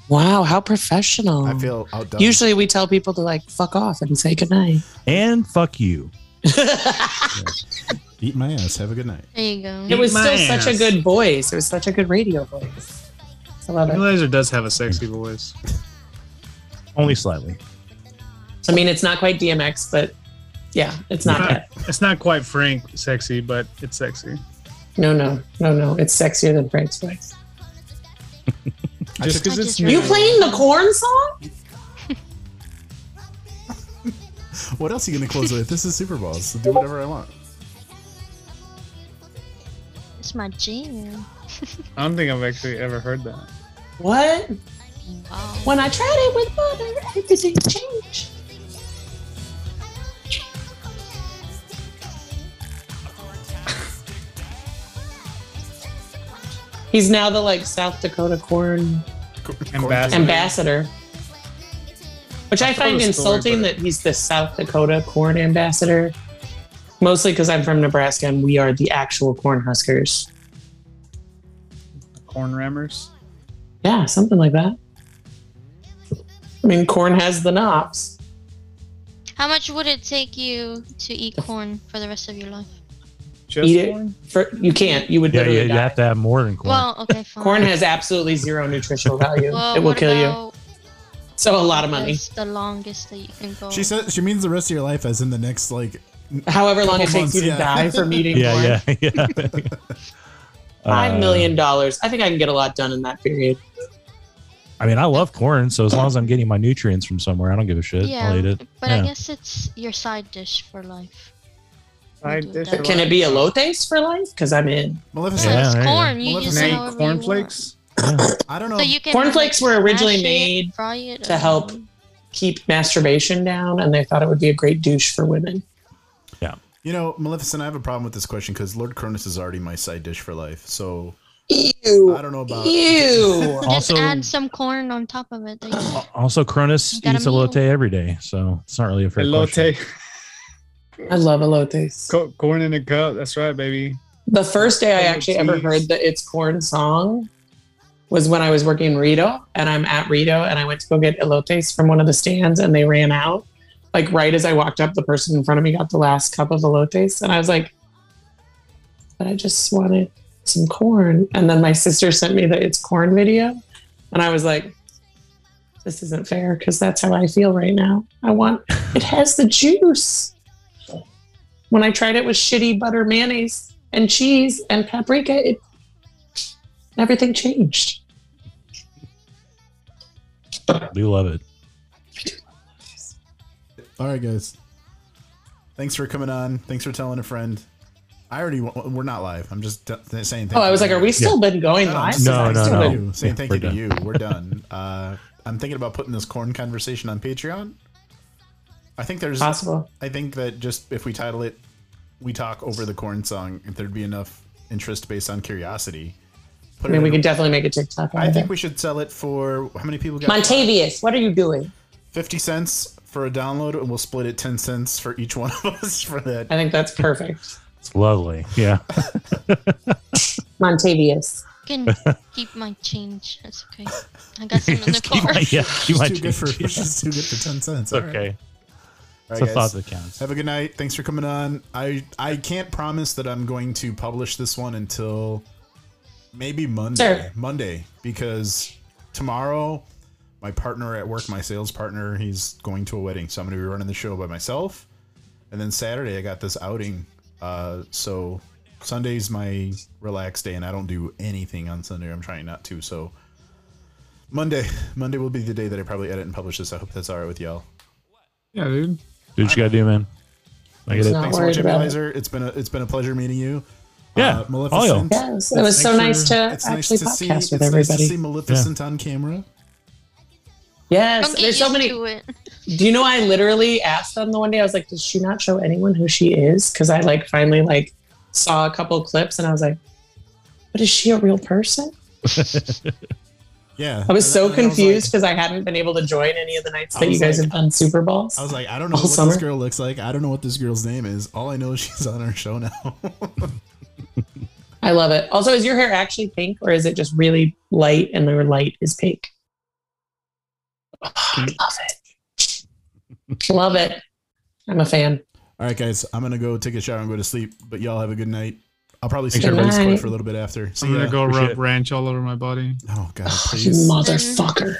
F: Wow, how professional.
G: I feel outdone.
F: Mm. Usually we tell people to like fuck off and say goodnight.
E: And fuck you.
G: Eat my ass. Have a good night.
D: There you go.
F: It was
C: Eat my
F: still such a
C: ass.
F: good voice. It was such a good radio voice. I love it.
C: Emulizer does have a sexy voice.
E: Only slightly.
F: I mean, it's not quite DMX, but yeah, it's not bad.
C: It's not quite Frank sexy, but it's sexy.
F: No, no, no, no. It's sexier than Frank's voice.
G: I
C: Just
G: took,
C: because it's
F: You
C: new.
F: playing the corn song?
G: what else are you gonna close with? This is Super Balls. So do whatever I want.
D: It's my jam.
C: I don't think I've actually ever heard that.
F: What?
D: Wow.
F: When I tried it with butter, everything changed. He's now the like South Dakota corn
C: Ambassador.
F: ambassador. Which I,
C: I thought
F: find
C: it was Thor,
F: insulting
C: but-
F: that he's the South Dakota corn ambassador. Mostly because I'm from Nebraska and we are the actual corn huskers.
C: Corn rammers.
F: Yeah, something like that. I mean, corn has the knobs.
D: How much would it take you to eat corn for the rest of your life?
C: Just
F: Eat it.
C: corn?
F: For, you can't. You would
E: Yeah,
F: literally
E: you, you
F: die.
E: have to have more than corn.
D: Well, okay, fine.
F: Corn has absolutely zero nutritional value.
D: Well,
F: it will
D: what
F: kill you.
D: about
F: So a lot of money.
D: That's the longest that you can go.
G: She says she means the rest of your life, as in the next like.
F: However long it
G: Couple
F: takes you to
G: months, yeah.
F: die from eating corn.
E: yeah, yeah, yeah.
F: Five
E: Uh,
F: million dollars. I think I can get a lot done in that period.
E: I mean, I love corn, so as long as I'm getting my nutrients from somewhere, I don't give a shit.
D: yeah,
E: I'll eat it.
D: but I
E: Yeah.
D: guess it's your side dish for life.
C: Side dish.
F: Can it be elotes for life? Because I'm in.
D: Yeah,
G: Maleficent.
E: Yeah,
D: it's
E: there you go.
D: corn. You
G: Well,
D: use
G: if
D: it
G: they
C: Nate,
D: however
C: cornflakes?
G: I
D: You
G: don't know.
D: want. So you can
F: Cornflakes were originally
D: smash it,
F: made
D: fry it,
F: to
D: or-
F: help keep masturbation down, and they thought it would be a great douche for women.
G: you know, Maleficent. I have a problem with this question because Lord Cronus is already my side dish for life. So
F: Ew.
G: I don't know about.
F: Ew.
D: Just
E: Also-
D: add some corn on top of it. There you go.
E: Uh, Also, Cronus
D: You got a
E: eats
D: meal.
E: elote every day, so it's not really a fair question.
C: Elote.
F: I love elotes.
C: Co- corn in a cup. That's right, baby.
F: The first day I
C: Oh,
F: actually ever
C: geez.
F: heard the It's Corn song was when I was working in Rito, and I'm at Rito, and I went to go get elotes from one of the stands, and they ran out. Like right as I walked up, the person in front of me got the last cup of elotes, and I was like, "But I just wanted some corn." And then my sister sent me the It's Corn video, and I was like, "This isn't fair because that's how I feel right now. I want it has the juice." When I tried it with shitty butter mayonnaise, and cheese and paprika. It, everything changed.
E: Do love it.
G: All right, guys. Thanks for coming on. Thanks for telling a friend. I already wa- we're not live. I'm just t- t- saying. Thank
F: oh, I was
G: you.
F: like, are we still been going
G: No,
F: live?
G: I'm
E: No,
G: saying
E: no,
G: thank
E: no.
G: you. Saying thank
E: We're
G: you to
E: done.
G: you. We're done. Uh, I'm thinking about putting this corn conversation on Patreon. I think there's.
F: Possible.
G: I think that just if we title it, we talk over the corn song. If there'd be enough interest based on curiosity,
F: I
G: put
F: mean,
G: in
F: we
G: a-
F: could definitely make a TikTok. out
G: I
F: of
G: think
F: it.
G: we should sell it for how many people got
F: Montavious, what are you doing?
G: fifty cents for a download, and we'll split it ten cents for each one of us for that.
F: I think that's perfect.
E: It's lovely. Yeah.
F: Montavious.
D: You can keep my change. That's okay. I got some in the
E: Just keep
D: car.
E: my- yeah, keep
G: She's
E: my
G: too good for
E: change. Yeah.
G: she's too good for ten
E: It's
G: cents. All right.
E: okay.
G: All
E: It's
G: right,
E: a
G: guys.
E: thought that counts.
G: Have a good night. Thanks for coming on. I I can't promise that I'm going to publish this one until maybe Monday.
F: Sure.
G: Monday because tomorrow my partner at work, my sales partner, he's going to a wedding, so I'm gonna be running the show by myself. And then Saturday, I got this outing. Uh, so Sunday's my relaxed day, and I don't do anything on Sunday. I'm trying not to. So Monday, Monday will be the day that I probably edit and publish this. I hope that's all right with y'all.
C: Yeah, dude.
E: Dude, what you gotta do, man. I get it.
G: Thanks so much, Improviser. It's been a it's been a pleasure meeting you.
E: Yeah,
G: uh, Maleficent.
F: Yeah, it was- it was so nice to
G: it's
F: actually
G: nice to
F: podcast
G: see,
F: with
G: it's Nice to
F: everybody.
G: see Maleficent on camera.
F: Yes,
D: Don't get
F: there's so
D: used
F: many.
D: to it.
F: Do you know? I literally asked them the one day. I was like, "Did she not show anyone who she is?" Because I like finally like saw a couple clips, and I was like, "But is she a real person?"
G: Yeah,
F: I was
G: And
F: so
G: then- and I like-
F: confused because I hadn't been able to join any of the nights
G: I
F: that you
G: was
F: guys
G: like-
F: have done Super Bowls.
G: I was like, I don't know
F: All
G: what
F: summer.
G: this girl looks like. I don't know what this girl's name is. All I know is she's on our show now.
F: I love it. Also, is your hair actually pink or is it just really light and the light is pink? Oh, I love it. love it. I'm a fan.
G: All right, guys, I'm gonna go take a shower and go to sleep. But y'all have a good night. I'll probably see
C: Thanks,
G: you
C: everybody.
G: for a little bit after. See
C: I'm gonna
G: ya.
C: go
G: Appreciate
C: rub
G: it.
C: ranch all over my body.
G: Oh god,
F: You
G: please.
F: motherfucker.